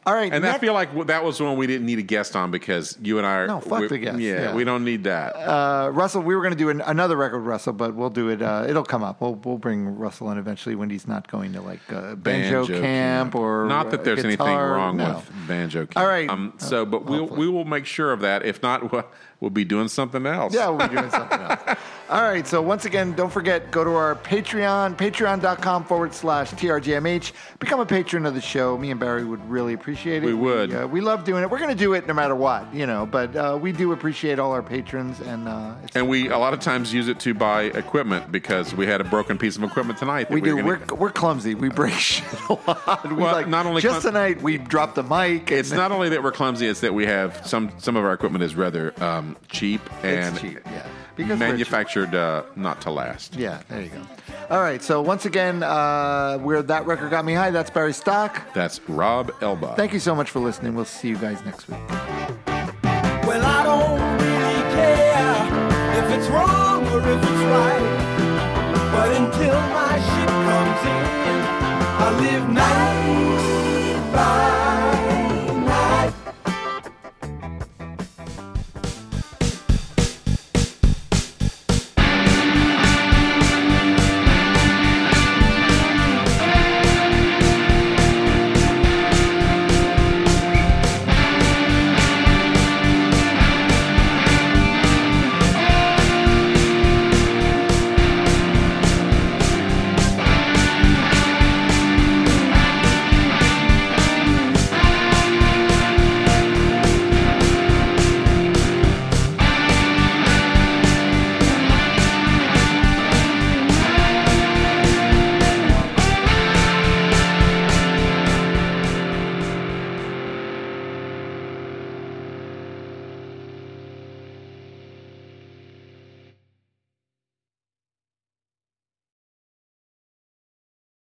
[SPEAKER 5] All right,
[SPEAKER 1] And I
[SPEAKER 5] next-
[SPEAKER 1] feel like w- that was one we didn't need a guest on because you and I. are-
[SPEAKER 5] No, fuck
[SPEAKER 1] we-
[SPEAKER 5] the guest,
[SPEAKER 1] Yeah,
[SPEAKER 5] yeah.
[SPEAKER 1] we don't need that.
[SPEAKER 5] Uh, Russell, we were going to do an, another record, with Russell, but we'll do it. Uh, it'll come up. We'll we'll bring Russell in eventually when he's not going to like uh, banjo, camp, or
[SPEAKER 1] not that
[SPEAKER 5] uh,
[SPEAKER 1] there's anything
[SPEAKER 5] guitar.
[SPEAKER 1] wrong
[SPEAKER 5] No.
[SPEAKER 1] with banjo camp.
[SPEAKER 5] All right. Uh,
[SPEAKER 1] Um, so, but we'll, we will make sure of that. If not, [LAUGHS] we'll, we'll be doing something else.
[SPEAKER 5] Yeah, we'll be doing something
[SPEAKER 1] [LAUGHS]
[SPEAKER 5] else. All right. So once again, don't forget, go to our Patreon, patreon.com forward slash TRGMH. Become a patron of the show. Me and Barry would really appreciate it.
[SPEAKER 1] We would.
[SPEAKER 5] uh, we love doing it. We're going to do it no matter what, you know, but uh, we do appreciate all our patrons. And, uh, it's,
[SPEAKER 1] And we a lot of times use it to buy equipment because we had a broken piece of equipment tonight. that
[SPEAKER 5] we do.
[SPEAKER 1] were
[SPEAKER 5] We're,
[SPEAKER 1] gonna-
[SPEAKER 5] we're clumsy. We break [LAUGHS] shit a lot. We
[SPEAKER 1] Well,
[SPEAKER 5] like,
[SPEAKER 1] not only
[SPEAKER 5] just
[SPEAKER 1] clum-
[SPEAKER 5] tonight, we dropped the mic.
[SPEAKER 1] it's not only that we're clumsy; it's that we have some some of our equipment is rather um, cheap and
[SPEAKER 5] [LAUGHS] It's cheap, yeah. Because we're cheap.
[SPEAKER 1] manufactured uh, not to last.
[SPEAKER 5] Yeah, there you go. All right, so once again, uh, where that record got me high, that's Barry Stock.
[SPEAKER 1] That's Rob Elba.
[SPEAKER 5] Thank you so much for listening. We'll see you guys next week.
[SPEAKER 4] Well, I don't Oh, really care if it's wrong or if it's right. But until my ship comes in,